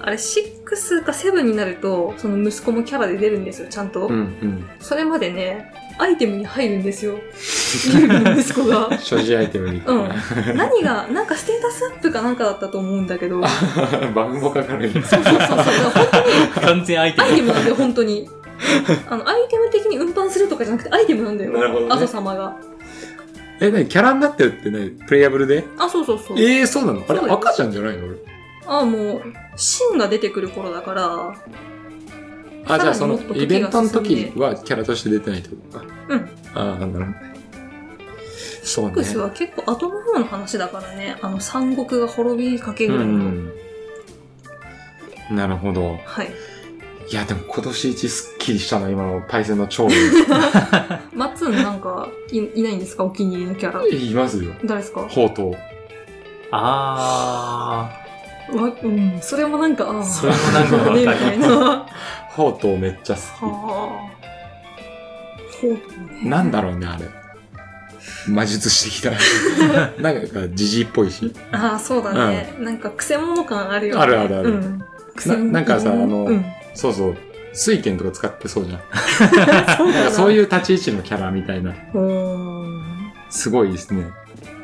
A: あれ、6か7になると、その息子もキャラで出るんですよ、ちゃんと。
B: うん、
A: それまでね、アイテムに入るんですよ。劉備の息子が
B: うん。。所持アイテムに。 (laughs)
A: うん何が、なんかステータスアップかなんかだったと思うんだけど。そう
B: バグもかかるんだ。
A: そうそう。だから本当に
C: 完全相
A: (laughs)
C: 手。
A: アイテムなんだよ、本当に。あの、アイテム的に運搬するとかじゃなくて、アイテムなんだよ。
B: なるほどね
A: あと様が。
B: え、なにキャラになってるってね、プレイアブルで
A: あ、そうそうそう。
B: ええー、そうなのあれ
A: そう、よ
B: 赤ちゃんじゃないの俺。
A: あもう、シンが出てくる頃だから、
B: あ、じゃあそ
A: さらにもっ
B: の、
A: と
B: イベントの
A: 時が進
B: 時
A: ん
B: はキャラとして出てないってことか。
A: うん。
B: ああ、なるほど。そうね。
A: クスは結構後の方の話だからね、あの、三国が滅びかけ
B: う
A: ぐらいの。
B: ん。なるほど。
A: はい。
B: いや、でも今年一スッキリしたの、今のパイセン
A: (laughs)
B: の超
A: マッツンなんかい、いないんですかお気に入りのキャラ。
B: いますよ。
A: 誰ですかわ、
B: ほうとう。
C: あ
A: うん。それもなんか、ああ、
C: ー。それもなんかわか
A: ね、
C: る
A: み。たいな。は
B: ほうとうめっちゃ
A: あ。
B: 好
A: ほうと
B: き。
A: ね。
B: なんだろうね、あれ。魔術師的
A: (laughs)
B: な。なんか、じじいっぽいし。
A: ああ、そうだね。なんか、癖者感あるよね。
B: あるあるある
A: うん。癖者
B: なんかさあの
A: うん。
B: そうそう。水剣とか使ってそ
A: (laughs)
B: うじゃん。
A: そう
B: なん
A: だ
B: かそう
A: う。
B: いう立ち位置のキャラみたいな。
A: うん
B: すごいですね。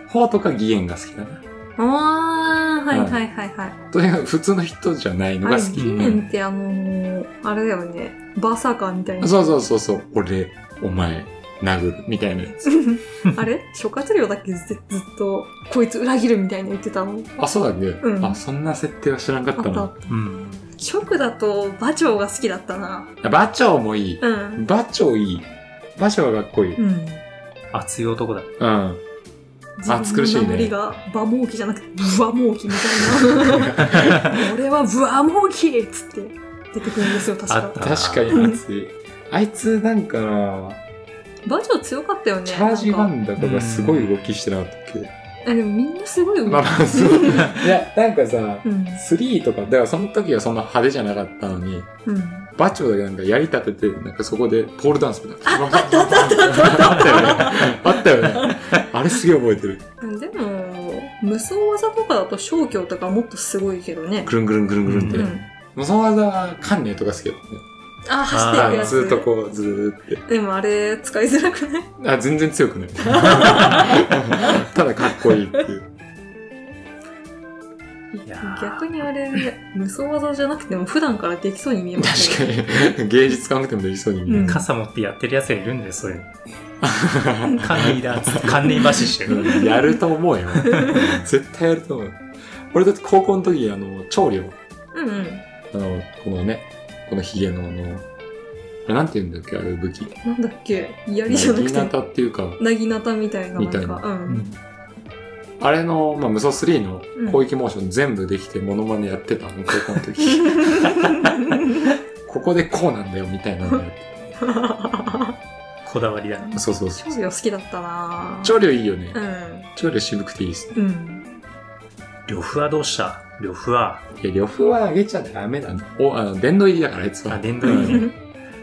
B: ほうとか義援が好きだな。
A: ああ、はいはいはいはい。
B: とにかく普通の人じゃないの
A: あ
B: が
A: れ、
B: 好き。
A: キネンってあのーあれだよね。バーサーカーみたいな。
B: そうそうそうそう。俺、お前、殴る。みたいなやつ。
A: あれ諸葛亮だっけずずっと、こいつ裏切るみたいな言ってたの。
B: あ、そうだっけ、
A: うん
B: あ、そんな設定は知らんか
A: あっ
B: っ
A: たたあ
B: な
A: っ。
C: うん。
A: た。食だと馬長が好きだったな。
B: バチョウもいい。
A: うん。
B: バチョウいい。バチョウがかっこいい。う。
A: うんん。
C: 熱い男だ。
B: 暑苦しいね
A: 自分の名乗りが、馬毛記じゃなくて、ブア毛記みたいな。
B: (laughs)
A: 俺はブア毛記っつって出てくるんですよ、確
C: あっ
A: か。
C: た
B: 確かに熱い。あいつなんかな、
A: 馬長強かったよね。
B: チャージワ
A: なんか
B: ンだとかすごい動きしてなかったっけ
A: あ、でもみんなすごい動いて
B: まあまあ、そう。いや、なんかさ、
A: うん。
B: 3とか、だからその時はそんな派手じゃなかったのに、
A: うん。
B: バチョウだけなんかやり立てて、なんかそこでポールダンスみたいな。あったあったあったあったよね。あった
A: (laughs)
B: よね。あれすげえ覚えてる。
A: でも、無双技とかだと小京とかもっとすごいけどね。
B: ぐるんぐるんぐるんぐるんって。
A: う
C: る
A: ん。
B: もうその技は観念とか好きだっ
A: あ、走
B: た
A: っていく
B: ね。
A: や
B: ずー
A: つ。
B: っとこう、ずーって。
A: でもあれ、使いづらくない
B: あ、全然強く (laughs) ない。ただかっこいいっていう。
C: いやー
A: 逆にあれ、無双技じゃなくても普段からできそうに見えますね。
B: 確かに。芸術感なくてもできそうに見える。
C: 傘持ってやってる奴がいるんだよ、そういうの。管理だっつって、管理バシしてる。
B: やると思うよ。絶対やると思う。俺だって高校の時、あの、調理を、
A: うんうん。
B: あの、このね、このヒゲの、あの、あれなんて言うんだっけ、あれ武器。
A: なんだっけ槍じゃな
B: 銀
A: くて、
B: 型っていうか、
A: なぎなたみたいな。なん
B: みたい
A: か、う。
B: なんあれの、まあ、無双3の
A: うん (laughs)
B: 攻撃モーション全部できてモノマネやってたの、高校の時。
A: (laughs)
B: ここでこうなんだよ、みたいなのやって。
C: こだわりだな。
B: そうそうそ
A: 調理は好きだったな
B: う。調理いいよね
A: う。ん。
B: 調理渋くていいですね。
A: うん。
C: 呂布はどうした呂布は、
B: いや、呂布は上げちゃダメなんだ。お、あの、殿堂入りだから、あいつは。
C: あ、殿堂入り
B: うん
C: ね。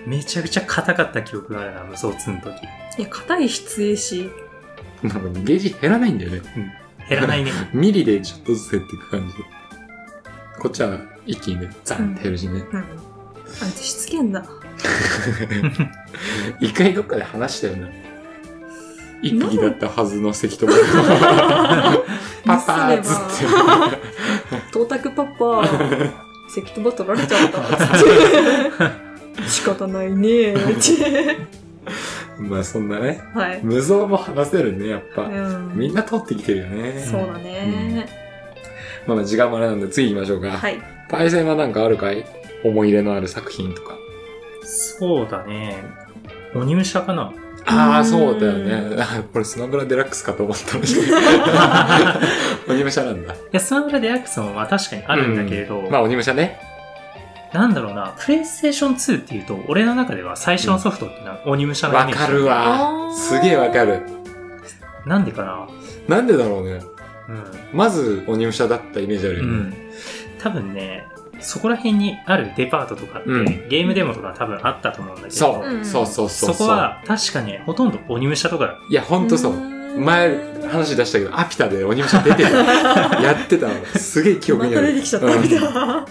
C: めちゃくちゃ硬かった記憶があるな、無双2の時。
A: いや、硬い失影し、
B: (laughs) なんかゲージ減らないんだよね。
C: 減らないね。
B: ミリでちょっとずつ減っていく感じ。こっちは一気にね、ザンって減るしね。
A: うん。あいつ失言だ。
B: (laughs) 一回どっかで話したよね。一匹だったはずの
A: (laughs)
B: 関 (laughs) とパパーっつ (laughs) って。
A: トータクパパ、石とば取られちゃった。
B: (laughs)
A: 仕方ないねって。
B: まあそんなね、
A: はい。
B: 無造も話せるね、やっ
A: う
B: ぱ。
A: ん。
B: みんな通ってきてるよね。
A: そうだね。
B: まあまあ時間もあれなんで次行きましょうか。
A: はい。
B: パイセンはなんかあるかい思い入れのある作品とか。
C: そうだね。お入社かな
B: ああ、そうだよね。あこれスマブラデラックスかと
A: (laughs)
B: 思ったんですけど。鬼武者なんだ。
C: いや、スマブラデラックスもまあ確かにあるんだけれど、
B: まあ鬼武者ね。
C: なんだろうな、プレイステーション2っていうと、俺の中では最初のソフトってな、鬼武者のイ
B: わ
C: メージ。
B: かる。わ
A: あ。ー
B: すげえわかる。
C: なんでかな
B: なんでだろうね。
C: うん。
B: まず鬼武者だったイメージあるよ
C: う
B: ね。
C: ん、多分ねそこら辺にあるデパートとかって、
B: うん
C: ゲームデモとか多分あったと思うんだけど
B: そう、
A: うん
B: そうそうそう
C: そこは確かねほとんど鬼武者とか
B: いやほんとそう前話出したけどアピタで鬼武者出
A: (laughs)
B: てるやってたのすげえ記憶
A: ま
B: にあ
A: た出
B: る
A: てきちゃったみたいな。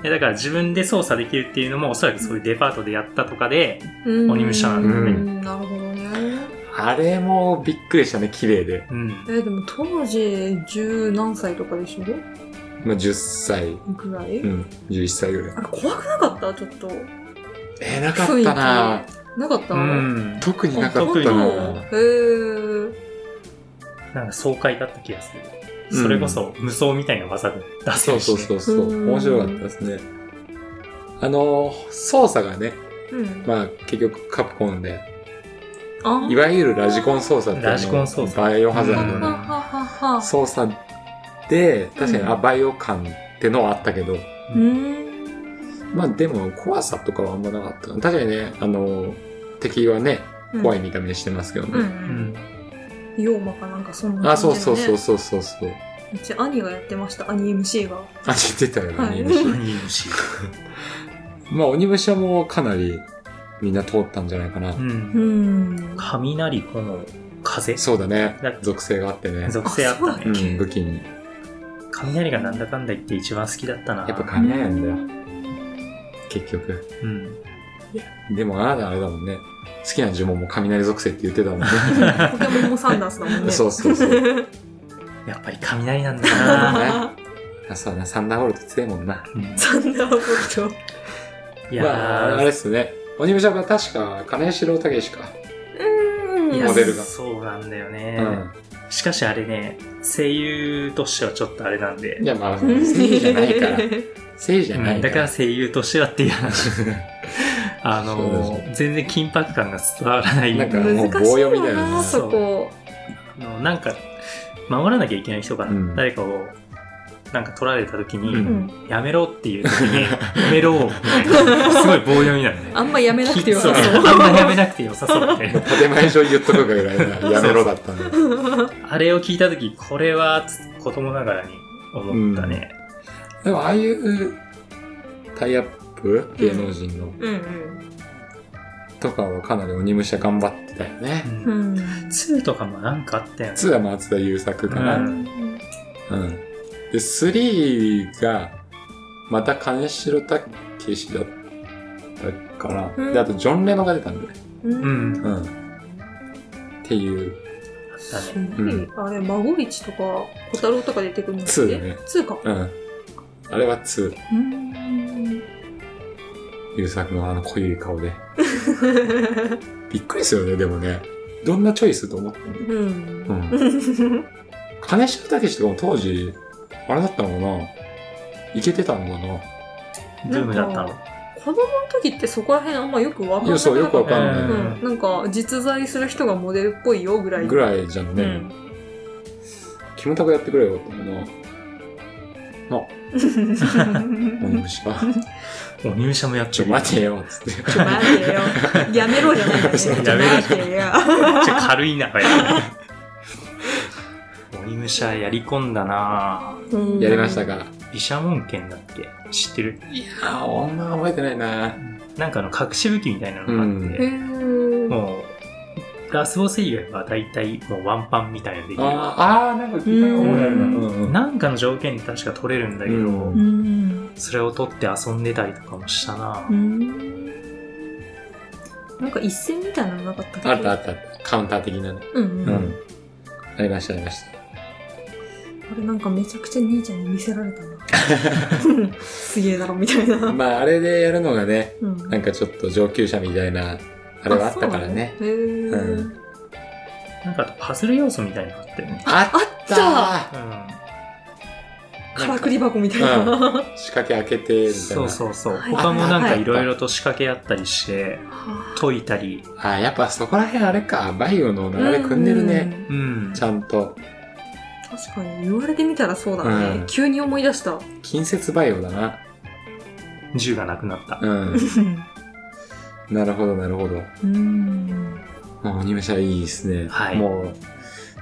C: でだから自分で操作できるっていうのもおそらくそういうデパートでやったとかで
A: うん
C: 鬼武者なん
B: だね
A: うんなるほどね。
B: あれもびっくりしたね綺麗で、
C: うん、
A: え、でも当時、十何歳とかでしょ
B: まあ、10歳
A: ぐらい、
B: うん11歳ぐらい
A: あれ、怖くなかったちょっと。
B: えー、なかったな
A: なかった、
C: うん、
B: 特になかった
C: あ
B: な
A: へー。
C: なんか爽快だった気がするそれこそ無双みたいな技で出せ
B: そ
C: る
B: う
C: し、
B: そ
C: ね
B: うそうそう
A: うん
B: 面白かったですねあの操作がね
A: うん。
B: まあ結局カプコンで
A: あ
B: いわゆるラジコン操作ってあの
C: ラジコン操作
B: バイオハザ
A: は
B: ード
A: は
B: の
C: うん
A: ははは。
B: 操作で確かに、
A: うん
B: あバイオ感ってのはあったけど
A: うー
B: まあでも怖さとかはあんまなかった確かにねあの敵はね
A: ん。
B: 怖い
A: ね。
B: 見た目してますけど
A: う
B: ね、
C: うん
A: ん。妖魔かなんかそんな
B: あそうそうそう
A: そ
B: そうそうそう
A: う。うち兄がやってました、兄 MC が。
B: あ知ってたよね、
A: はい
B: 鬼武
C: 鬼武士
B: 者まあ鬼武者もかなりみんな通ったんじゃないかな、
C: うん
A: うん。
C: 雷炎風
B: そうだね
C: だって
B: 属性があってね、
C: 属性あったね
B: う、ん、武器に
C: 雷がなんだかんだ言って一番好きだったな
B: やっぱ雷なんだよ結局
C: うん
B: でもあなたあれだもんね好きな呪文も雷属性って言って
C: (laughs)
B: たもんね
A: ポケモンもサンダースだもんね。
B: そうそうそう
A: (laughs)
C: やっぱり雷なんだな
B: あそうだなサンダーボルト強いもんな
C: うん
A: サンダーボルト。
C: いやー、
B: まあ、あれですね。鬼武者が確か、金城武しか。
A: うん。
C: いや
B: モデルが
C: そうなんだよね、
B: う
C: しかしあれね声優としてはちょっとあれなんで
B: ん。いや、まあ、正義じゃない
A: (laughs)
B: から。正義じゃ
C: うん
B: ないか
C: だから
B: ら。
C: 声優としてはっていう話あ
B: そう
C: の
B: で
C: ー全然緊迫感が伝わらない
B: なんかもう
A: 難
B: 棒
A: しい
B: 読みだ
A: よ
B: よね
A: な、そこ。
C: あのなんか守らなきゃいけない人が、
B: うん
C: 誰かをなんか取られた時に、
A: うん
B: う
A: ん。
C: やめろっていう時 (laughs) にやめろみたいなすごい棒読みなのね
A: あんまやめなくてよ
C: そ
A: さ
C: う
A: そう。
C: あんまやめなくてよさそうみたいな
B: 建前上言っとくぐら
C: (laughs)
B: いな、やめろだったんだ。
C: あれを聞いた時これはつ子供ながらに思ったね、
B: でも、ああいうタイアップ芸能人の
A: うん
B: とかはかなり鬼武者頑張ってたよね。
A: う
C: うん
A: ん。
C: 2とかもなんかあったよね
B: 2は松田優作か
C: う
B: な。
A: うん。
B: うん。で、3が、また金城武しだったか
A: う
B: ら。
A: ん
B: で、あと、ジョン・レノが出たんだよね。
A: う。
C: うんんあ
B: う
C: っ
B: ん。っていう。
C: た
A: す
C: ね
A: ごいあれ、孫市とか、小太郎とか出てくるんです
B: ツーだね
A: ツーか。
B: うん。あれは2。
A: うん。
B: 優作のあの濃い顔で。びっくりするよね、でもね。どんなチョイスと思ったの
A: うん。
B: うん。金城武とかも当時、あれだったのかないけてたのかな
C: ブームだったの
A: 子供の時ってそこら辺あんまよくわかんないい。
B: や、そう、よくわかん
C: う
B: な
A: うん。なんか、実在する人がモデルっぽいよぐらい。
B: い。ぐらいじゃん
A: う
B: ね。
A: ん。
B: キムタクやってくれよかったのかなな
A: (laughs)
B: 鬼武者。
C: お入社もやっ
B: ち
C: ち
B: ょ、
C: ゃう。
B: 待てよ、つって。
A: (laughs) ちょ、待て
B: (laughs)
A: よ。やめろじゃないんだね。ちょ
C: やめろ
A: 待てよ。
C: ちょ軽い (laughs) な、これ。鬼武者やり込んだなぁ
A: うん
B: やりました。か。
C: 毘沙門剣だっけ知ってる
B: いやー、女は覚えてないな。
C: なんかあの隠し武器みたいなのがあって、
A: へー
C: もう、ラスボス以外は大体もうワンパンみたいなのできる。
B: あー、あーなんか聞いた覚えあるな。うんうん
C: なんかの条件で確か取れるんだけど、
B: うん
D: うん
C: それを取って遊んでたりとかもしたな、
D: うん
A: なんか一戦みたいなのなかったっけ
B: あったあったあった。カウンター的なね。
A: うんうん。
B: うん。ありました、ありました。
A: あれなんかめちゃくちゃ兄ちゃんに見せられたな。
B: (laughs)
A: すげえだろみたいな。うん
B: まあ、あれでやるのがね、
A: あ
B: なんかちょっと上級者みたいな、あれはあったからね。
A: そうなのへ
B: う
A: ー
C: なんかあとパズル要素みたいなのあったよね。
B: あ
A: あった
C: う
A: からくり箱みたいな。
B: た仕掛け開けて、みたい
C: ん、
B: な。
C: そうそうそう。
A: はい
C: 他もなんかいろいろと仕掛けあったりして、解いたり、
B: あー、やっぱそこら辺あれか、バイオの流れ組んでるね。
A: うん。
C: うん
B: ち。ゃんと、
A: 確かに言われてみたらそうだね。
B: うん
A: 急に思い出した。
B: 近接バイオだな。
C: 銃がなくなった。
A: (laughs)
B: うん。なるほど、なるほど。
A: うん。
B: まあ、鬼武者いいですね。
C: はい
B: もう、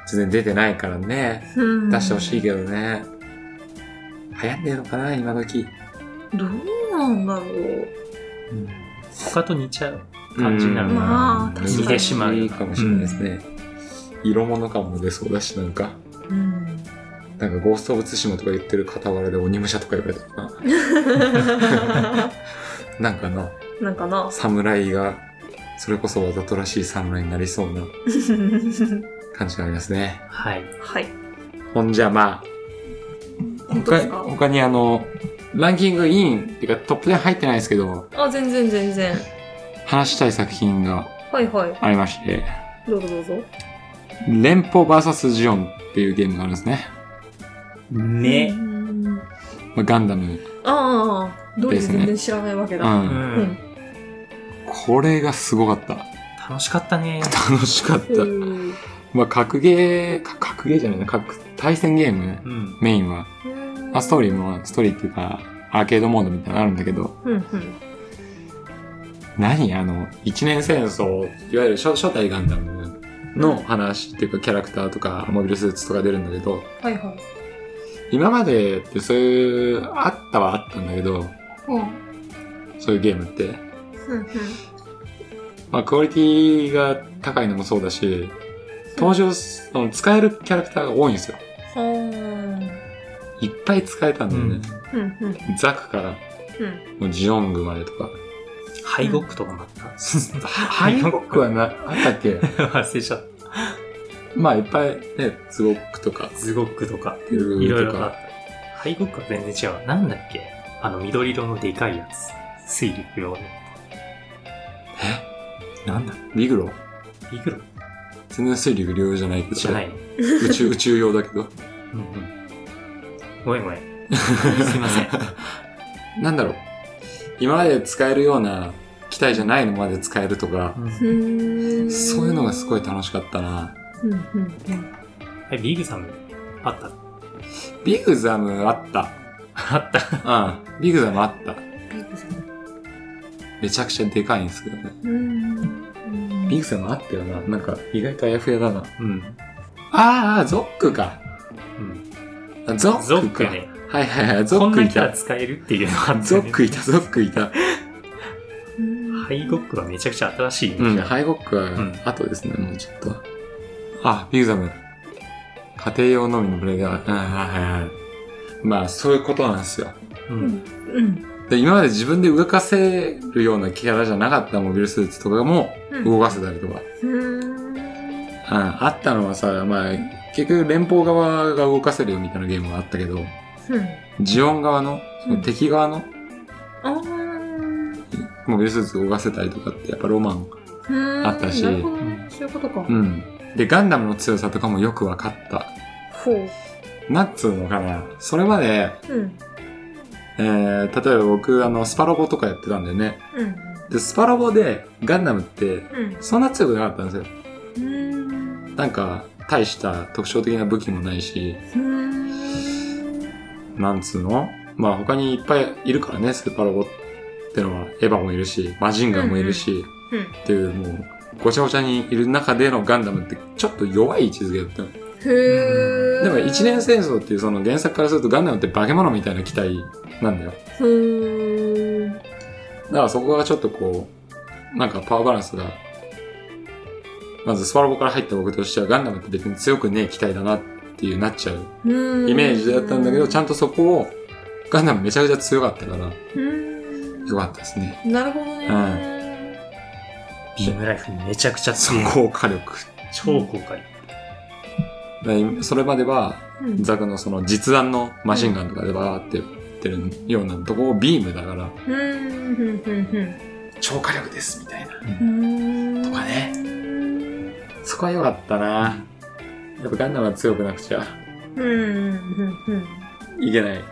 B: 全然出てないからね。
A: うん
B: 出してほしいけどね。流行ってんのかな、今時。
A: どうなんだろう。
B: うん
C: 他と似ちゃう感じになるな。
A: まあ確かに
C: 似てしまう
B: いいかもしれないですね。色物感も出そうだし、なんか。
A: うん。 (laughs)
B: なんか、ゴースト・オブ・ツシマとか言ってる傍らで鬼武者とか言われたらな。なんかな、
A: なんかな。 (laughs)
B: 侍が、それこそわざとらしい侍になりそうな感じがありますね。
C: はい。
A: はい。
B: ほんじゃまあ、
A: 本当で
B: 他
A: すか
B: 他にあの、ランキングインっていうかトップ10入ってないですけど、
A: あ、全然全然。
B: 話したい作品が
A: はいはい。
B: ありまして、
A: どうぞどうぞ。
B: 連邦 VS ジオンっていうゲームがあるんですね。
C: ね。
A: うん
B: まあ、ガンダム。
A: ああ、どうりで
B: ですね
A: 全然知らないわけ
B: う。
A: だ。
C: う
A: うん
C: ん。
A: ん。
B: これがすごかった。
C: 楽しかったね。
B: 楽しかった。
A: うん。
B: まあ、格ゲー、か格ゲーじゃないな、格、対戦ゲーム
C: う、ん。
B: メインは。まあ、ストーリーも、ストーリーっていうか、アーケードモードみたいなのあるんだけど、
A: うんうん。
B: 何あの、一年戦争、いわゆる初初代ガンダムの話っていうか、キャラクターとか、モビルスーツとか出るんだけど、
A: はいはい。
B: 今までってそういう、あったはあったんだけど、
A: うん。
B: そういうゲームって。
A: うんうん。
B: まあ、クオリティが高いのもそうだし、登場す、その使えるキャラクターが多いんですよ。
A: ほー
B: いっぱい使えたんだよね。
A: うんうん。
B: ザクから、
A: うん
B: もうジオングまでとか。
C: 敗北とかもあ (laughs) った。
B: ハイロックはな、あったっけ
C: 忘れちゃっ
B: (laughs) まあいっぱいね、ズゴックとか
C: た。、ズゴックとか、
B: テル
C: いろい
B: ーと
C: ろあっ
B: か。
C: た。敗北は全然違う。なんだっけあの緑色のでかいやつ。水陸用の。
B: えなんだリグロ
C: ビグロ
B: 全然水陸両用じゃないけど。
C: じゃない。
B: 宇宙、宇宙用だけど。
C: うんうん。ごめんご (laughs) めん。すいません。
B: (laughs) なんだろう。今まで使えるような機体じゃないのまで使えるとか、
A: うーん。
B: そういうのがすごい楽しかったな。
A: うんうんうん。
C: え、ビグサムあった
B: ビグザムあった。
C: あった。
B: うん。ビグザムあった。
A: ビッグさん。
B: めちゃくちゃでかいんですけどね。
A: うん。
B: ビグザムあったよな。なんか意外とあやふやだな。
C: うん。
B: あーあー、ゾックか。
C: うん。
B: あゾックか。
C: ゾックね。
B: はいはいはい、ゾ
C: こ
B: ッ
C: ん
B: ク
C: ないキャラ
B: た。
C: 使えるっていうのがあったね。
B: ゾックいた、ゾックいた。
C: ハイゴックはめちゃくちゃ新しいね。
B: うん、
C: じゃあ
B: ハイゴックは
C: ん
B: 後ですね、もうちょっと。あ、ビグザム。家庭用のみのブレーダー。うん、はいはいはい。まあ、そういうことなんですよ。
C: うん。
A: うん。
B: で今まで自分で動かせるようなキャラじゃなかったモビルスーツとかも
A: うん
B: 動かせたりとか。
A: うん。
B: うん、あったのはさ、まあ、結局連邦側が動かせるよみたいなゲームがあったけど、
A: うん。
B: ジオン側の、その
A: うん
B: 敵側の
A: あ
B: モビルスーツ動かせたりとかってやっぱロマン。
A: あ
B: あったし
A: なるほどね。そういうことか。
B: うん。で、ガンダムの強さとかもよく分かった。
A: ほう。
B: なんつうのかな。それまで、
A: うん。
B: えー、例えば僕、あの、スパロボとかやってたんだよね。
A: うん。
B: で、スパロボでガンダムって、
A: うん。
B: そんな強くなかったんですよ。
A: うん。
B: なんか、大した特徴的な武器もないし、
A: うん。
B: なんつうのまあ他にいっぱいいるからね、スーパーロボってのは、エヴァもいるし、マジンガーもいるし、
A: うんうんうん
B: っていう、もう、ごちゃごちゃにいる中でのガンダムってちょっと弱い位置づけだったの
A: へー。
B: でも一年戦争っていうその原作からするとガンダムって化け物みたいな期待なんだよ。
A: ふーん。
B: だからそこがちょっとこう、なんかパワーバランスが、まずスパロボから入った僕としてはガンダムって別に強くねえ期待だなっていうなっちゃう
A: うーん
B: イメージだったんだけど、ちゃんとそこを、ガンダムめちゃくちゃ強かったから、
A: うー
B: よかったですね。
A: んなるほどね。
C: ビームライフめちゃくちゃ
B: そ
C: 強い。
B: こを火力。
C: 超高回。
B: でそれまでは、
A: うん
B: ザクのその実弾のマシンガンとかでバーって言ってるようなとこをビームだから、
A: うーん、ふんふんふん
B: 超火力ですみたいな。
A: うーん。
B: とかねそこは良かったなやっぱガンダムは強くなくちゃ
A: うん、ふんふん。
B: いけない。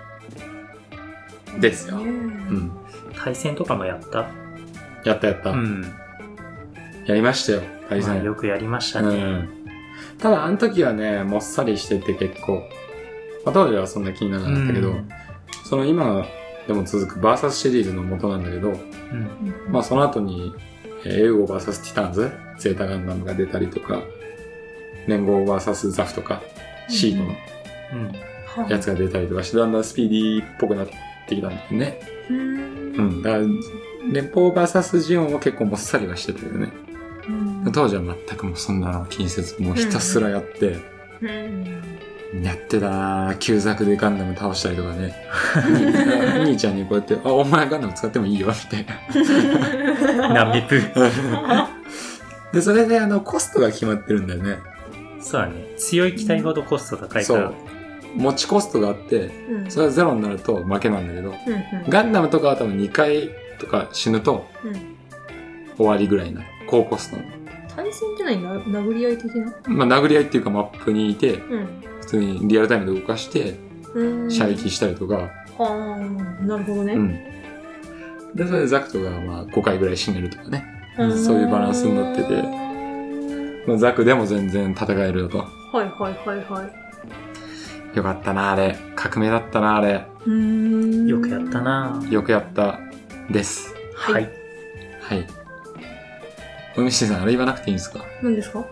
B: ですよ。う
A: ね
B: ん。
C: 対戦とかもやった
B: やったやった。
C: うん。
B: やりましたよ、対
C: まあ
B: 戦。
C: よくやりました
B: う
C: ね。
B: ん。ただ、あの時はね、もっさりしてて結構。まあ、当時はそんな気にならなかったけど、
C: うん
B: その今でも続くバーサスシリーズの元なんだけど、 (laughs)
C: うん。
B: まあその後に、えーエウゴバーサスティターンズ、ゼータガンダムが出たりとか、年号バーサスザフとか、シードの
C: うん。
A: はい
B: やつが出たりとかして、だんだんスピーディーっぽくなってきたんだよね。
A: うー。
B: うんん。だから、連邦バーサスジオンは結構もっさりはしてたよね。
A: うん
B: 当時は全くもうそんなの気にせず、もうひたすらやって、
A: うん
B: やってたなぁ旧作でガンダム倒したりとかね。兄ちゃんにこうやって、あ、お前ガンダム使ってもいいよ、みたいな。
C: ナミプ。
B: で、それであの、コストが決まってるんだよね。
C: そうだね。強い機体ほどコスト高いか
B: そ
C: ら
B: う。。持ちコストがあって、
A: うん
B: それはゼロになると負けなんだけど、
A: うんうん
B: ガンダムとかは多分2回とか死ぬと
A: うん
B: 終わりぐらいな。高コストの。
A: 対戦じゃないな殴り合い的な
B: まあ、殴り合いっていうかマップにいて、
A: うん
B: 普通にリアルタイムで動かして、
A: うん
B: 射撃したりとか、
A: はあなるほどね、
B: うん。で、それでザクトがまあ5回ぐらい死ねるとかね。そういうバランスになってて
A: は
B: まあ、ザクでも全然戦えるよと。
A: いはいはいはい
B: よかったな、あれ。革命だったな、あれ。
A: うーん
C: よくやったな
B: よくやった。です。
C: はいい。
B: はい。おみしさん、あれ言わなくていいんですか
A: 何ですか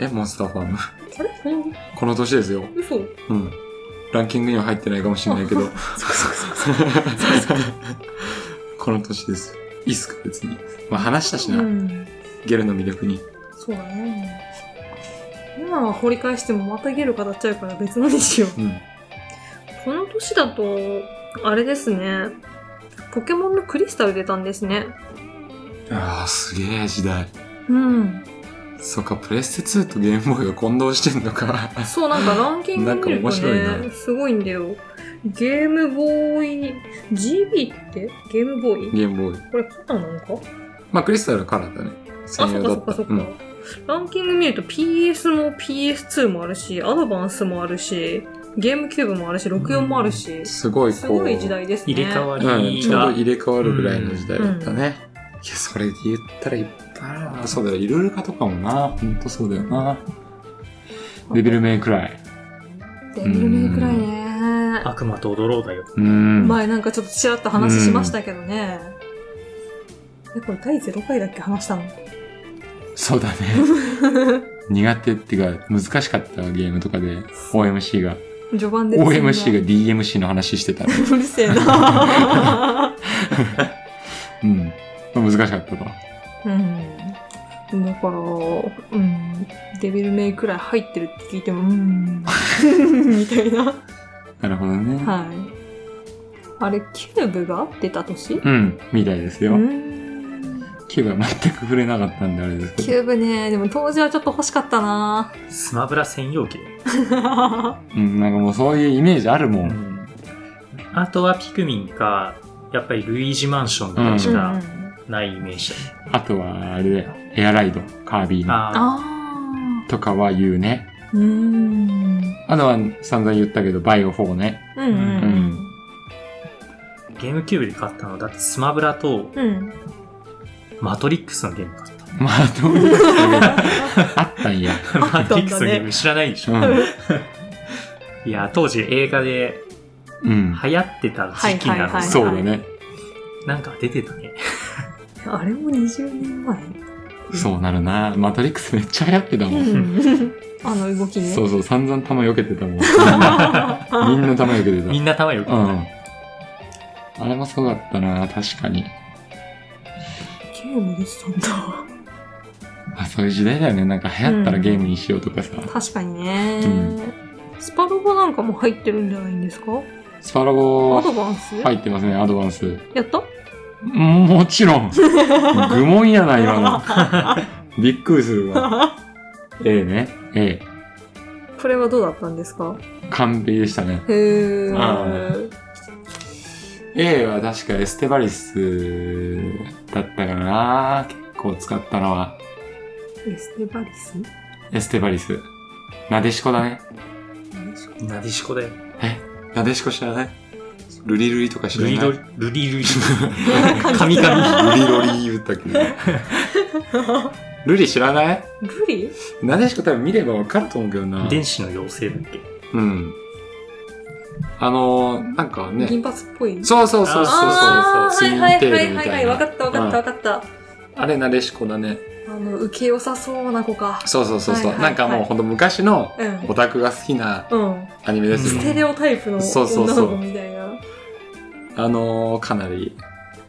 B: え、モンスターファーム。
A: あれそん
B: この年ですよ。
A: 嘘
B: うん。ランキングには入ってないかもしれ
A: (laughs)
B: ないけど。この年です。いいっすか、別に。まあ、話したしな。
A: うん
B: ゲルの魅力に。
A: そうだね今は掘り返してもまたゲル語っちゃうから別のにしよう
B: うん。
A: この年だとあれですねポケモンのクリスタル出たんですね
B: ああ、すげえ時代。
A: うん
B: そっか、プレステ2とゲームボーイが混同してんの
A: (laughs)
B: か。
A: そう、なんかランキング見ると
B: なんか面白い
A: ね、
B: な
A: すごいんだよ。ゲームボーイ、GB ってゲームボーイ
B: ゲームボーイ。
A: これカラーなのか
B: まあ、クリスタルはカラーだね。
A: あ、
B: 専
A: そっ
B: 用
A: か
B: だ
A: そ
B: っ。
A: ったかそっか。
B: うん。
A: ランキング見ると PS も PS2 もあるし、アドバンスもあるし、ゲームキューブもあるし、64もあるし、
B: すごいこう。
A: すごい時代ですね。
C: 入れ替わ
B: うん、
C: り
B: ちょうど
C: が。
B: 入れ替わるぐらいの時代だったね。いや、それで言ったらいっぱいあるな。そうだよ、いろいろかとかもな。ほんとそうだよな。デビルメイクライ。
A: デビルメイクライね。
C: 悪魔と踊ろうだよ。
B: うーん。
A: 前なんかちょっとちらっと話しましたけどね。え、これ第0回だっけ話したの
B: そうだね。
A: (laughs)
B: 苦手っていうか、難しかったゲームとかで、OMC が、
A: 序盤で。
B: OMC が DMC の話してたね。
A: うるせえな。
B: うん。難しかったと。
A: うん。だから、うん、デビルメイクらい入ってるって聞いても、うん、みたいな。
B: なるほどね。
A: はい。あれ、キューブが出た年
B: うん、みたいです
A: う
B: よ。
A: ん。
B: キューブは全く触れなかったんであれですけ
A: キ
B: ど。
A: ューブね、でも当時はちょっと欲しかったな
C: スマブラ専用機だよ。
B: うん、なんかもうそういうイメージあるもん。
C: あとはピクミンか、やっぱりルイージマンションぐらいしかないイメージだね。
B: あとは、あれだよ。エアライド、カービィの。
C: あ
A: あ
B: とかは言うね。
A: あ。うん。
B: あとは散々言ったけど、バイオ4ね。
A: うんうん
C: ーゲームキューブで買ったの、だってスマブラと
A: うん。うん。
C: マトリックスのゲーム (laughs) 買った。
B: まあ、どういう
A: (laughs)
B: ことあったんや。
A: (laughs)
C: マトリックスのゲーム知らないでしょ。
B: うん。
C: いや、当時映画で
B: うん。
C: 流行ってた時期なの
A: はいはいはい
C: に
B: そうだね。
C: なんか出てたね。
A: あれも20年前
B: そうなるな。マトリックスめっちゃ流行ってたも
A: う
B: ん。
A: ん。あの動きね。 (laughs)
B: そうそう、散々弾避けてたもん。みんな弾避けてた。
C: みんな頭よく
B: う
C: ない、
B: ん。あれもそうだったな、確かに。
A: ゲームでしたんだ。
B: まあそういう時代だよね。なんか流行ったらゲームにしようとかさ。
A: 確かにね、
B: うん
A: スパロボなんかも入ってるんじゃないんですか
B: スパロ
A: ア
B: ボ
A: ドバンス、
B: 入ってますね、アドバンス。
A: やった
B: もちろん愚問やな、今の。びっくりするわ。A ね。A。
A: これはどうだったんですか
B: 完璧でしたね。
A: へー。
B: あ A は確かエステバリスだったかな。結構使ったのは。
A: エステバリス
B: エステバリス。なでしこだね。
C: なでしこだよ。
B: え、なでしこ知らない
A: (laughs)
B: ルリルリとか知ら
C: ル
B: ない
C: リドリ、ルリルリ。カミカ
B: ルリロリ言
A: (laughs)
B: ったけど。ルリ知らない
A: ブリ
B: なでしこ多分見ればわかると思うけどな
C: ミ。。電子の妖精だっけ
B: うん。あのー、なんかね。
A: 銀髪っぽい
B: そうそうそうそうそう。
A: あー
B: ツイン
A: はい
B: テー
A: はい
B: ルみ
A: はいはい
B: た
A: はいいわ
B: な
A: かったわかったわかった、
B: あれなでしこだね。
A: あの受け良さそうな子か
B: そうそうそうそう。
A: はいはい
B: なんかもうほんと昔の
A: うん
B: オタクが好きな
A: うん
B: アニメです
A: ス
B: よ。
A: テレオタイプの
B: そうそう
A: 女
B: そう
A: の子みたいな
B: あのー、かなり、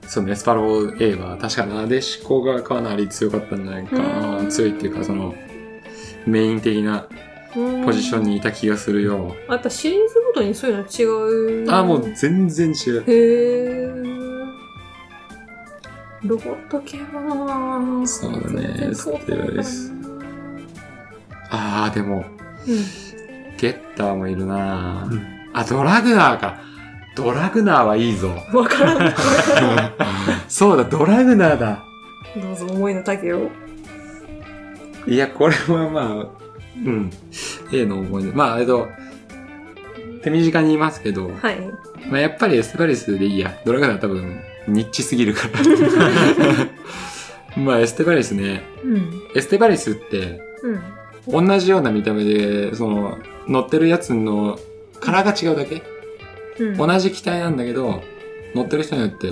B: そうね、スパロボ A は確かなでしこがかなり強かったんじゃないか
A: う
B: な。
A: ん
B: 強いっていうかその、メイン的なポジション
A: に
B: にいた気がするよ。
A: あとシリーズごとにそういうの違う
B: あー、もう全然違う。
A: へーロボット系は
B: そうだね
A: 全然通ってないからな
B: スあー、でも、
A: うん
B: ゲッターもいるな、
C: うん
B: あ、ドラグナーか。ドラグナーはいいぞ。
A: わからない。
B: (laughs) そうだ、ドラグナーだ。
A: どうぞ思いの丈を。
B: いや、これはまあ、うん。A の思い出。まあ、えっと、手短に言いますけど、
A: はい。
B: まあ、やっぱりエステバリスでいいや。ドラグナー多分、ニッチすぎるから。 (laughs) まあ、エステバリスね。
A: うん。
B: エステバリスって、
A: うん。
B: 同じような見た目で、その、乗ってるやつの、カラーが違うだけ
A: うん。
B: 同じ機体なんだけど乗ってる人によって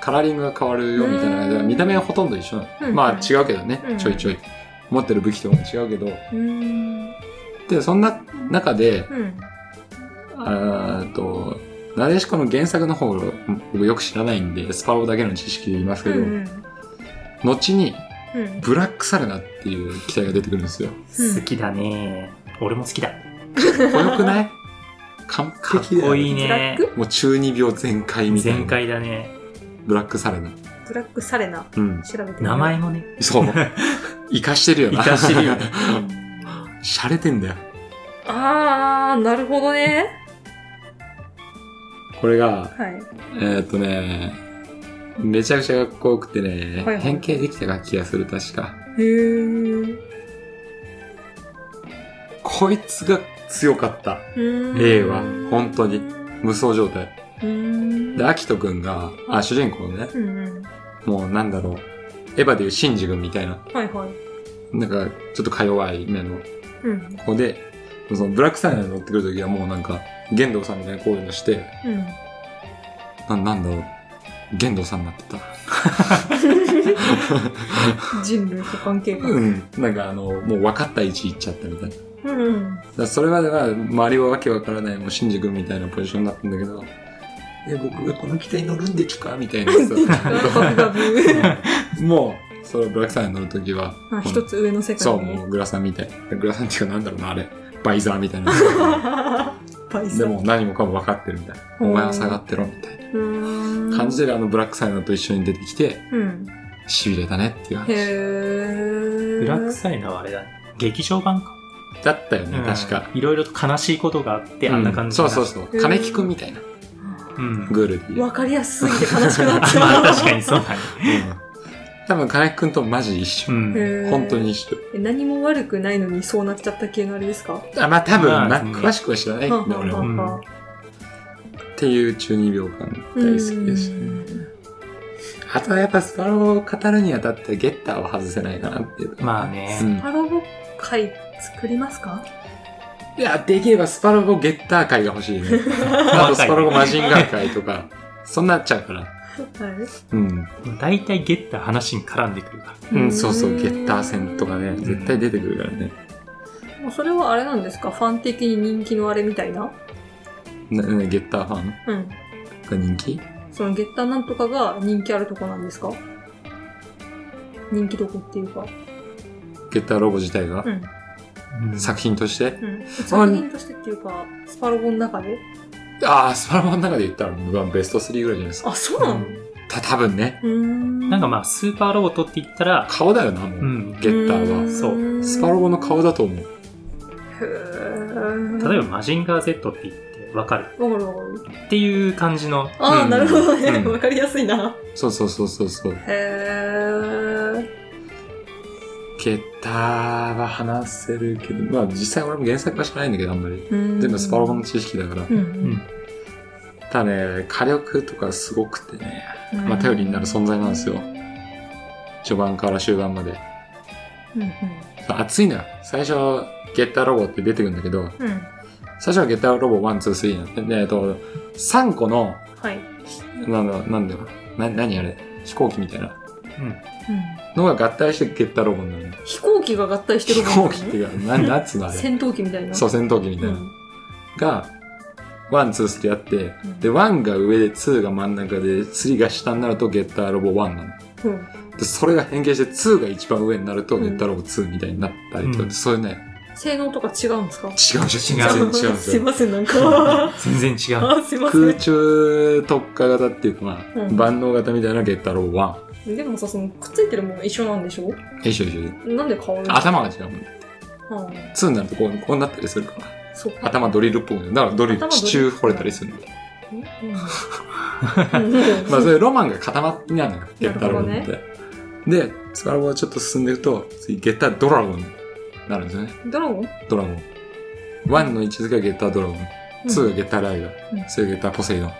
B: カラーリングが変わるよみたいな感じで
A: うん
B: 見た目はほとんど一緒なの、
A: うん
B: まあ違うけどね、
A: うん
B: ちょいちょい持ってる武器とかも違うけど
A: うん。
B: でそんな中で
A: うん。
B: あーっとなでしこの原作の方を僕よく知らないんでスパロボだけの知識で言いますけど、
A: うん。
B: 後に
A: うん。
B: ブラックサルナっていう機体が出てくるんですよ。
A: うん
C: 好きだね。俺も好きだ。
B: かっこよ
A: (laughs)
B: くない完
C: かっ
B: 璧だよ
C: こいい
A: ブラッ
C: ね。
A: ク
B: もう中二病全開みたい
C: 全
B: な
C: 開だね。
B: ブラックサルナ。
A: ブラックサレナ。
B: うん。
A: 調べてみる
C: 名前もね。 (laughs)
B: そう。生かしてるよな。
C: 活かしてるよ
B: (laughs)
C: ね
B: 洒落てんだよ。
A: あー、なるほどね。
B: これが、
A: はい。
B: えーっとね、めちゃくちゃかっこよくてね、
A: はいはい
B: 変形できた気がする、確か。
A: へー。
B: こいつが強かった。
A: うん
B: A は本当に無双状態。
A: うん。
B: で、アキトくんが、あ、主人公のね、
A: うんうん。
B: もうなんだろう、エヴァでいうシンジ君みたいな、
A: はいはい。
B: なんか、ちょっとか弱い目の
A: うん。
B: 子で、そのブラックサイナーに乗ってくるときはもうなんか、玄道さんみたいなこういうのして、
A: うん。
B: な、なんだろう、玄道さんになってた。
A: 人類と関係
B: う
A: が。
B: ん。なんかあの、もう分かった位置行っちゃったみたいな。だか (laughs)
A: うん。
B: らそれまでは周りはわけわからない、もうシンジ君みたいなポジションだったんだけど、え、僕がこの機体乗るんでちゅか
A: (laughs)
B: みたいな
A: ガ
B: さ。
A: ブガブ。
B: (laughs) もう、そのブラックサイン乗るときは、
A: あ一つ上の世界に。 (laughs)
B: そう、もうグラサンみたい。グラサンっていうかなんだろうな、あれ。バイザーみた
A: (laughs)
B: いな。
A: バイ
B: で
A: ソン。
B: も何もかも分かってるみたいな。
A: うん
B: お前は下がってろみたいな
A: 感
B: 感じであのブラックサイナーと一緒に出てきて、
A: うん。
B: 痺れたねってい
A: へ
B: う話。
A: ー。
C: ブラックサイナーはあれだね。劇場版か。
B: だったよね、
C: うん
B: 確か。
C: いろいろと悲しいことがあって、あんな感じ
B: う
C: に
B: ん
C: な
B: そ
C: る
B: うそうそう。金木くんみたいな。
C: うん。
B: グールで言う
A: わかりやすすぎて悲しくなっ
C: あ
A: ちゃう。
C: まあ (laughs) 確かにそう
B: (laughs)
C: だね。
B: 多分、金木くんとマジ一緒。
C: うん。
A: へー
B: 本当に。一緒。
A: え何も悪くないのにそうなっちゃった系のあれですか
B: あ、まあ多分
C: まあ
B: な、
C: うん
B: 詳しくは知らないけ
A: は
B: ど
A: あ、は
B: 俺
A: あ
B: は。っ
C: ん
A: は
B: ていう中二病感
A: あ
B: 大好きでした
A: う
B: ね。
A: ん
B: あとはやっぱスパロボを語るにあたってゲッターは外せないかなっていう。
C: まあね
B: う。ん
A: パロボ会作りますか
B: いや、できればスパロボゲッター会が欲しい
C: (laughs)
B: ね。あとスパロボマジンガー会とか、そんなっちゃうから。うん。
C: 大体ゲッター話に絡んでくるから。
B: うん、そうそう、ゲッター戦とかね、絶対出てくるからね。
A: もうそれはあれなんですかファン的に人気のあれみたいな
B: ななゲッターファン
A: うん。
B: が人気
A: そのゲッターなんとかが人気あるとこなんですか人気どこっていうか。
B: ゲッターロボ自体が
A: うん。
C: うん
B: 作品として
A: うん。作品としてっていうか、スパロボの中で
B: ああ、スパロボの中で言ったら、僕はベスト3ぐらいじゃないですか。
A: あ、そうなのう
B: た、多分ね。
A: ーん。
C: なんかまあ、スーパーロボットって言ったら、
B: 顔だよな、もう。
C: うん
B: ゲッターは。
C: そうん
B: スパロボの顔だと思う。
A: へー
C: 例えばマジンガー Z って言ってわかる
A: わかるわかる。
C: っていう感じの、
A: ああ、
B: うん
A: なるほどね。
B: うん
A: わかりやすいな。
B: そうそうそうそうそう。
A: へえ。
B: ゲッターは話せるけど、まあ実際俺も原作は知らないんだけど、あんまり。全
A: 全
B: 部スパロボの知識だから。
A: うん
B: ただね、火力とかすごくてね、
A: うん。
B: まあ頼りになる存在なんですよ。序盤から終盤まで。
A: うんうん。
B: 熱いのよ。最初、ゲッターロボって出てくるんだけど、
A: うん。
B: 最初はゲッターロボ1、2、3になって、で、えっと、3個の、
A: はい。
B: なんだ、なんだろう。な、何あれ飛行機みたいな。
C: うん
A: うん
B: のが合体してゲッターロボになるの。
A: 飛行機が合体してる
B: 飛
A: もん
B: 行
A: ね
B: 機っていうか、ななんつうのあれ。
A: 戦闘機みたいな。
B: そう、戦闘機みたいな。
A: ん
B: が、ワン、ツー、スリーあって、
A: ん
B: で、ワンが上で、ツーが真ん中で、スリーが下になるとゲッターロボワンなの。
A: うん。
B: で、それが変形して、ツーが一番上になると
A: うん
B: ゲッターロボツーみたいになったりとか、
C: うん
B: そういうね、
A: 性能とか違うんですか
B: 違うじゃん。
C: 違
B: 全然違うんです
A: (laughs) すい
B: よ。
A: ません、なん
B: (laughs)
A: か。
C: 全然違う。
A: あ、すいませ
B: 空中特化型っていうか、まあ、
A: うん
B: 万能型みたいなゲッターロボワ
A: ん。でもさ、その、くっついてるもの一緒なんでしょ
B: ン。一緒一緒一緒。
A: なんで変わるの
B: 頭が違うも
A: う
B: ん。
A: ん
B: ツーになるとこう、こうなったりするから。
A: そっか。
B: 頭ドリルっぽいのだからドリル、
A: 頭ドリ
B: 地
A: ル
B: 中掘れたりするんだよ。 (laughs)
A: うん。うん
B: まあそういうロマンが固まってなのよ、ゲッターロボ
A: な
B: っ
A: るほ
B: て。で、スパロボがちょっと進んでいくと、次、ゲッタードラゴンになるんですよね。
A: ドラゴン
B: ドラゴン。1の位置づけがゲッタードラゴン。2がゲッターライダ
A: うん
B: ー。3がゲッターポセイドン。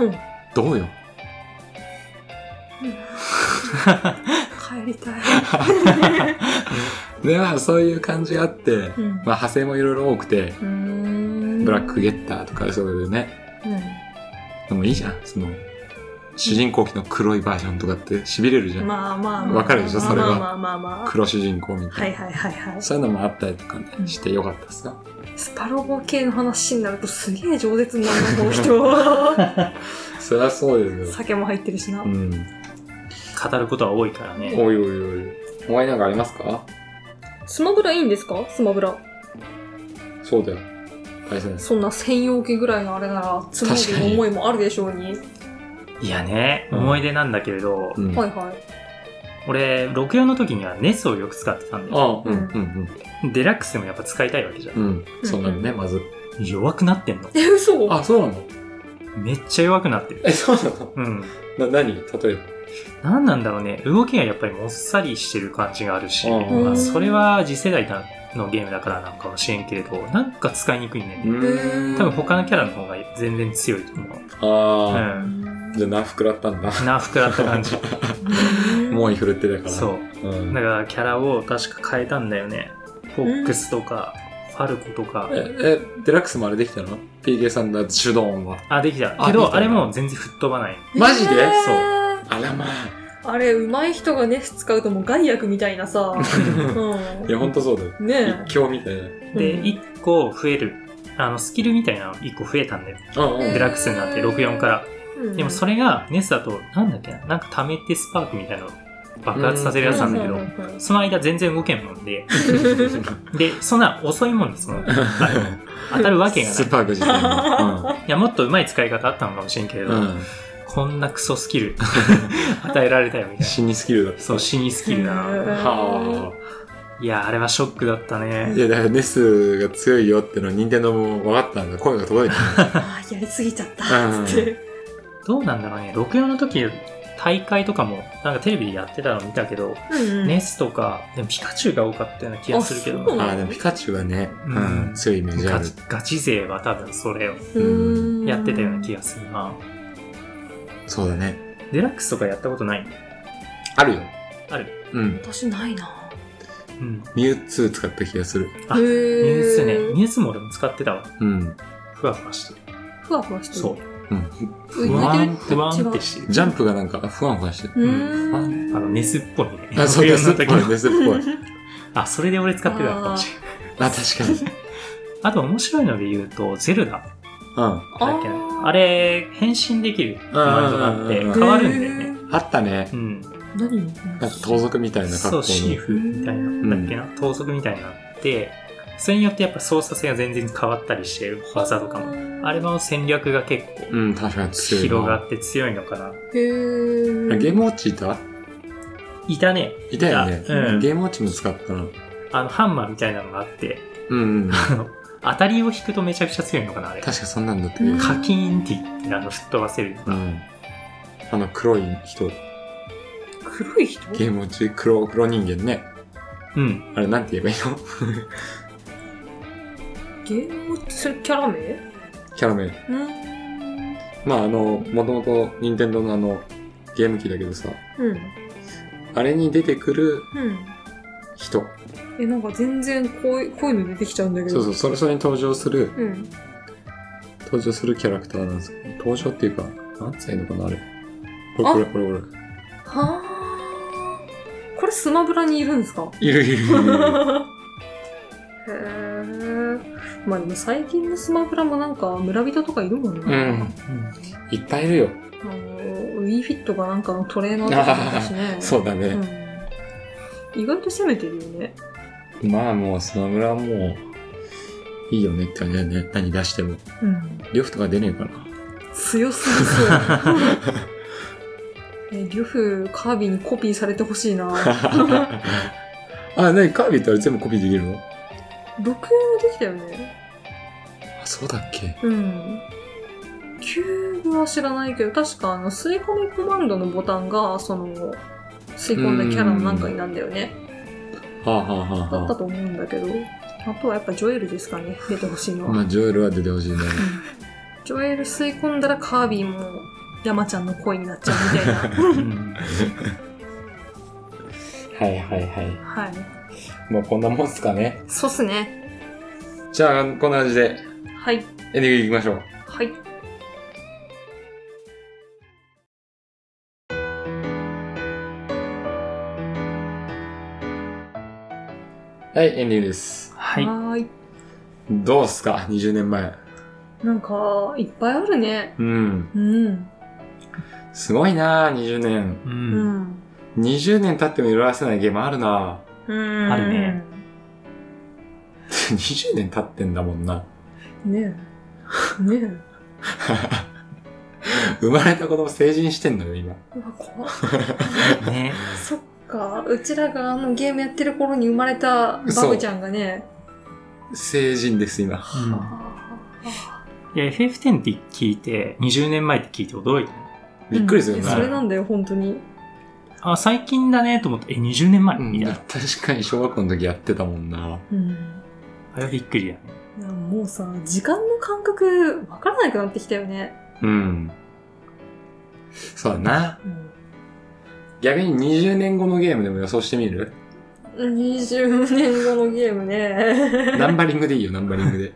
A: うん
B: どうよ。
A: 帰りたい。
B: で、まあそういう感じがあって、
A: うん
B: (laughs) まあ派生もいろいろ多くて、
A: うーん
B: ブラックゲッターとかそういうのでね。
A: う
B: でもいいじゃん、その、主人公機の黒いバージョンとかって痺れるじゃ
A: ん。
B: ん。
A: まあまあまあ。
B: わかるでしょそれは
A: まあまあまあまあ。
B: 黒主人公みた
A: はいい
B: な。
A: はいはいはい。
B: そういうのもあったりとかね
A: う、ん
B: してよかったっすよ。
A: スパロボ系の話になるとすげえ饒舌になるな、この
C: (laughs)
A: 人。
B: そりゃそうですよ。
A: 酒も入ってるしな
B: う。ん。
C: 語ることは多いからね。
B: おいおいおい。お前なんかありますか
A: スマブラいいんですかスマブラ。
B: そうだよ。大切です。
A: そんな専用機ぐらいのあれなら、積も
B: 確か
A: る
B: に
A: 思いもあるでしょうに。
C: いやね、
B: うん
C: 思い出なんだけれど、
B: うん。
A: は
B: あ
A: いはい。
C: 俺、64の時にはネスをよく使ってたんだよ。
B: あ、うん、うん、
C: デラックスでもやっぱ使いたいわけじゃん
B: う。ん。うん。そうなのね、まず。
C: 弱くなってんの。
A: え、嘘
B: あ、そうなの
C: めっちゃ弱くなってる。
B: え、そうなの
C: うん。
B: な、何例えば。
C: なんなんだろうね。動きがやっぱりもっさりしてる感じがあるし、
B: うん
C: まあ、それは次世代のゲームだからなんかもしれんけれど、なんか使いにくいんだよね。
A: ーん
C: 多分他のキャラの方が全然強いと思う。う
B: あ
C: ん。
B: あ、じゃあ、ナフ食らったんだ。
C: な、膨らった感じ。
B: もういふるってだから。
C: そう。
B: う
C: だ
B: ん。
C: からキャラを確か変えたんだよね。フォックスとか、ファルコとか。
B: え、え、デラックスもあれできたの ?PK さんだ、シュドーンは。
C: あ、できた。
B: あでき
C: けど、
B: た
C: あれも全然吹っ飛ばない。
B: マジで
C: そう
A: う。
B: あらまあ。
A: あれ、上手い人がネス使うともう害悪みたいな
C: (laughs)
A: さ。うん
B: いや、ほんとそうだよ。
A: ね
B: 一強みたいな。
A: え。
C: で、
A: うん
C: 1個増える。あの、スキルみたいなの1個増えたんだよ。
B: うんうん
A: へー
C: デラックスになって、64から。
A: うん
C: でもそれが、ネスだと、なんだっけな、なんか溜めてスパークみたいなの爆発させるやつなんだけ
A: う
C: ど
A: う、んうん
C: その間全然動けんもんで、で、そんな遅いもんです、その、あの当たるわ
B: (laughs)
C: けがな
B: (laughs) ス
C: い。
B: パーク自体も。
C: いや、もっと上手い使い方あったのかもしれんけれ
B: う
C: ど、
B: ん。うん。
C: こんなクソスキル (laughs) 与えられたよみたいな。
B: 死にスキルだ。
C: そう、死にスキルだ
A: へ
C: な。
A: ー
B: はあ。
C: いや、あれはショックだったね
B: い。や、だからネスが強いよってのは任天堂も分かったんだ。声が届いた。
A: あーやりすぎちゃったっつって、
C: どうなんだろうね。64の時、大会とかも、なんかテレビでやってたの見たけど、
A: うんうん
C: ネスとか、でもピカチュウが多かったような気がするけど
A: あそう
C: な、
A: な
B: ああ、でもピカチュウはね、
C: うん
B: うん、強いイメージあ
C: ガ
B: る
C: チ。ガチ勢は多分それを
A: うーん
C: やってたような気がするな。
B: そうだね。
C: デラックスとかやったことない
B: あるよ。
C: ある
B: うん。
A: 私ないな
C: うん。
B: ミュウツー使った気がする。
C: あ
A: へ
C: ニ
A: ー
C: ュースね。ニュースも俺も使ってたわ。
B: うん。
C: ふわふわしてる。
A: ふわふわしてる。
C: そう。
B: うん。
A: 浮
C: 不
A: いて
C: 安、
A: る
C: 不安ってしてる。
B: ジャンプがなんか、ふわふわしてる。
A: う
B: 不安
A: ーん。
C: あの、ネスっぽいね。
B: あ、そう、デ
C: 冬の
B: スっぽ
C: 時
B: い、
C: の
B: デスっぽい。
C: あ、それで俺使ってたのかもしれない。
B: あ、確か
C: (laughs)
B: に。
C: あと面白いので言うと、ゼルダ
B: うん。
C: だっけ
A: あ
C: な
A: ー
C: あれ、変身できるコマンドがあって
B: うんうんうんうん
C: 変わるんだよね。
B: あったね
C: う。ん。
A: 何
B: なんか盗賊みたいな格好
C: そ
B: の。
C: う、シーフみたいな、だっけな、盗賊みたいなのあって、それによってやっぱ操作性が全然変わったりして、技とかも。
A: も
C: あれの戦略が結構
B: うん、確かに強いな。
C: 広がって強いのかな。
A: へー
B: ゲームウォッチいた
C: いたね。
B: いたよね
C: い。たうん
B: ゲームウォッチも使ったな。
C: あの、ハンマーみたいなのがあって、
B: うんうん。
C: あの、当たりを引くとめちゃくちゃ強いのかな、あれ。
B: 確かそんなんだって。
A: うん
C: カキーンって言って、あの、吹っ飛ばせるの
B: う
C: が。
B: ん。あの黒い人、
A: 黒い人
B: ゲームウォッチ黒、黒人間ね。
C: うん。
B: あれなんて言えばいいの (laughs)
A: ゲームってそれキャラ名う
B: キャラメル。
A: ーん
B: まああの、もともと任天堂のあの、ゲーム機だけどさ、
A: うん
B: あれに出てく
A: う
B: る
A: ん
B: 人。
A: えなんか全然こういうこういうの出てきちゃうんだけ
B: そ
A: ど
B: うそう、それ、それに登場する、
A: ううん
B: 登場するキャラクターなんですけど、登場っていうか、なんつうのかな、あれ。これ、これ、これ、これ。
A: はあこれスマブラにいるんですか
B: いるいるいるい
A: へ
B: る。
A: ーまあでも最近のスマブラもなんか村人とかいるもんね、
B: (laughs) うん。いっぱいいるよ。
A: あのウィーフィットがなんかのトレーナーとかもいたしね
B: そうだ
A: う
B: ね。
A: ん、意外と攻めてるよね
B: まあもう、スマブラはもう、いいよねって感じだね。何出しても。
A: うん
B: リョフとか出ねえかな。
A: 強すぎそう。 (laughs) え、リュフ、カービィにコピーされてほしいな。
B: (laughs) あ、なにカービィってあれ全部コピーできるの
A: 64もできたよね。
B: あ、そうだっけ
A: うん。キューブは知らないけど、確かあの、吸い込みコマンドのボタンが、その、吸い込んだキャラのなんかになんだよね。
B: はあ、はあは
A: だった
B: あは
A: と思うんだけど。あとはやっぱジョエルですかね、出てほしい
B: あ、
A: のは。
B: まあ、ジョエルは出てほしいね。
A: ジョエル吸い込んだらカービィも、山ちゃんの声になっちゃうみたい
C: (laughs)
A: な。
C: うん
B: はいはいは
A: はい。
B: い。もうこんなもんすかね。
A: そうっすね。
B: じゃあ、こんな感じで
A: はい。
B: エンディングいきましょう。
A: はい。
B: はい、エンディングです。
C: はい。
A: はーい。
B: どうっすか ?20 年前。
A: なんか、いっぱいあるね。
B: うん。
A: うん。
B: すごいなぁ、20年。
C: う。
A: うんん。
B: 20年経っても色褪せないゲームあるな (laughs) ぁ。
A: うん
C: あるね。
B: 20年経ってんだもんな。
A: ねえ。ねえ。
B: 生まれた子供成人してんのよ、今。
A: うわ、怖っ
C: ね。
A: そっか。うちらがあのゲームやってる頃に生まれたバブちゃんがね。
B: 成人です、今。
C: うん
A: あ
C: いや、FF10 って聞いて、20年前って聞いて驚いた。
A: ー
B: びっくりするよ
A: うん
B: ね。
A: それなんだよ、本当に。
C: あ、最近だねと思って、え、20年前
B: うん
C: みたいな。
B: 確かに小学校の時やってたもんな。
A: うん。
C: あれはびっくりだね。
A: いやもうさ、時間の感覚、わからなくなってきたよね。
B: うん。そうだな。
A: うん
B: 逆に20年後のゲームでも予想して
A: (laughs)
B: みる
A: 20年後のゲームね。
B: ナンバリングでいいよ、ナンバリングで。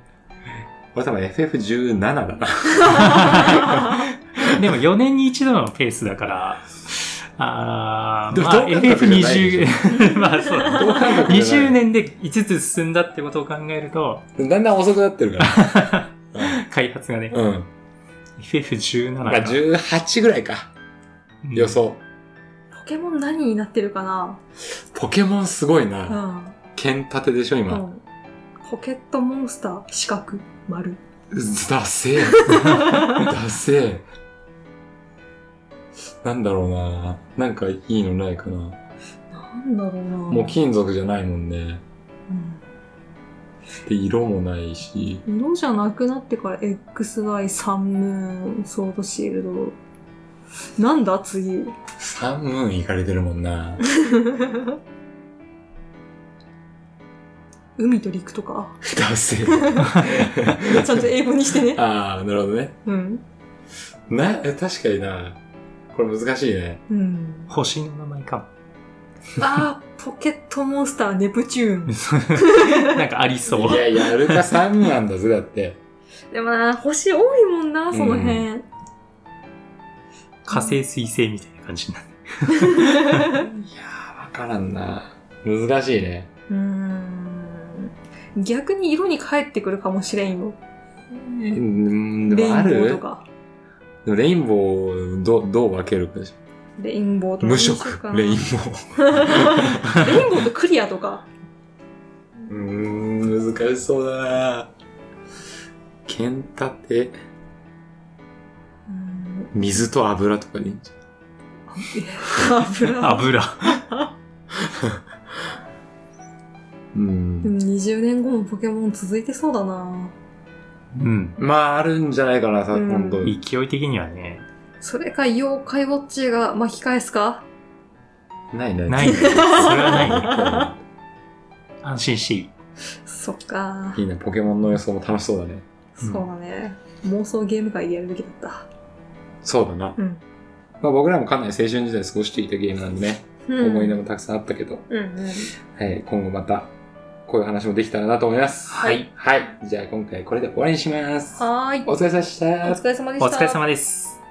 B: 俺多分 FF17
A: (laughs)
B: だな。
C: でも4年に一度のペースだから、あー
B: でも
C: まあ
B: 同感覚じゃないで
C: FF20、まあ (laughs) そう。
B: 同感覚じゃない
C: 20年で5つ進んだってことを考えると、
B: だんだん遅くなって
A: (laughs)
B: るから。
C: 開発がね、
B: うん。うん
C: FF17
B: まあ
C: が
B: 18ぐらいか。予。想。
A: ポケモン何になってるかな
B: ポケモンすごいうな。
A: ん。
B: 剣盾でしょ、
A: う
B: 今。
A: んポケットモンスター、四角、丸。
B: ダセえ。
A: (laughs)
B: ダセえ。なんだろうな。なんかいいのないかな。
A: なんだろうな
B: もう金属じゃないもんね。
A: う
B: で、色もないし。
A: ん、色じゃなくなってから XY、サンムーン、ソードシールド。なんだ
B: (laughs)
A: 次。
B: サンムーン行かれてるもんな。
A: 海と陸とか。
B: ダセえ。
A: ちゃんと英語にしてね。
B: (laughs) ああ、なるほどね。
A: うん。
B: な、え確かにな。これ難しいね。
A: うん。
C: 星の名前かも。 (laughs)
A: あー、ポケットモンスターネプチューン。
C: なんかありそう。
B: いやいや、アルカ3なんだぜ、だって。
A: でもな、星多いもんな、その辺。
C: 火星水星みたいな感じになる。
B: いやー、わからんな。難しいね。
A: うーん。逆に色に返ってくるかもしれんよ。
B: うん、で
A: レイ
B: もあ
A: ンボーと
B: る
A: か。
B: でもレインボー、どう、どう分けるかでしょ
A: レインボーとか。
B: 無
A: どうしよう
B: 色
A: か、な
B: レインボ
A: レインボーとクリアとか。
B: ー。うーん、難しそうだな剣立て、
A: うーん
B: 水と油とかでいいんじゃん。
A: 油。
C: 油。
B: う
A: で
B: ん。
A: も20年後もポケモン続いてそうだな
C: うん。
B: まあ、あるんじゃないかな、さ、
A: うん
B: 本当に。
C: 勢い的にはね、
A: それか妖怪ウォッチが巻き返すか
B: ないない。
C: ないね。それ
B: (laughs)
C: はないね。安心していい。
A: そっか
B: いいね、ポケモンの予想も楽しそうだね。
C: うん
A: そうだね、妄想ゲーム会でやるべきだった
B: そうだな。
A: うん
B: まあ、僕らもかなり青春時代過ごしてきたゲームなんでね、思い出もたくさんあったけど、
A: うんうん
B: はい、今後また、こういう話もできたらなと思います。
A: はい。
B: はい。じゃあ今回これで終わりにします。
A: はーい
B: お疲れ様でした。
A: お疲れ様で
C: お
A: した
C: 疲れ様です。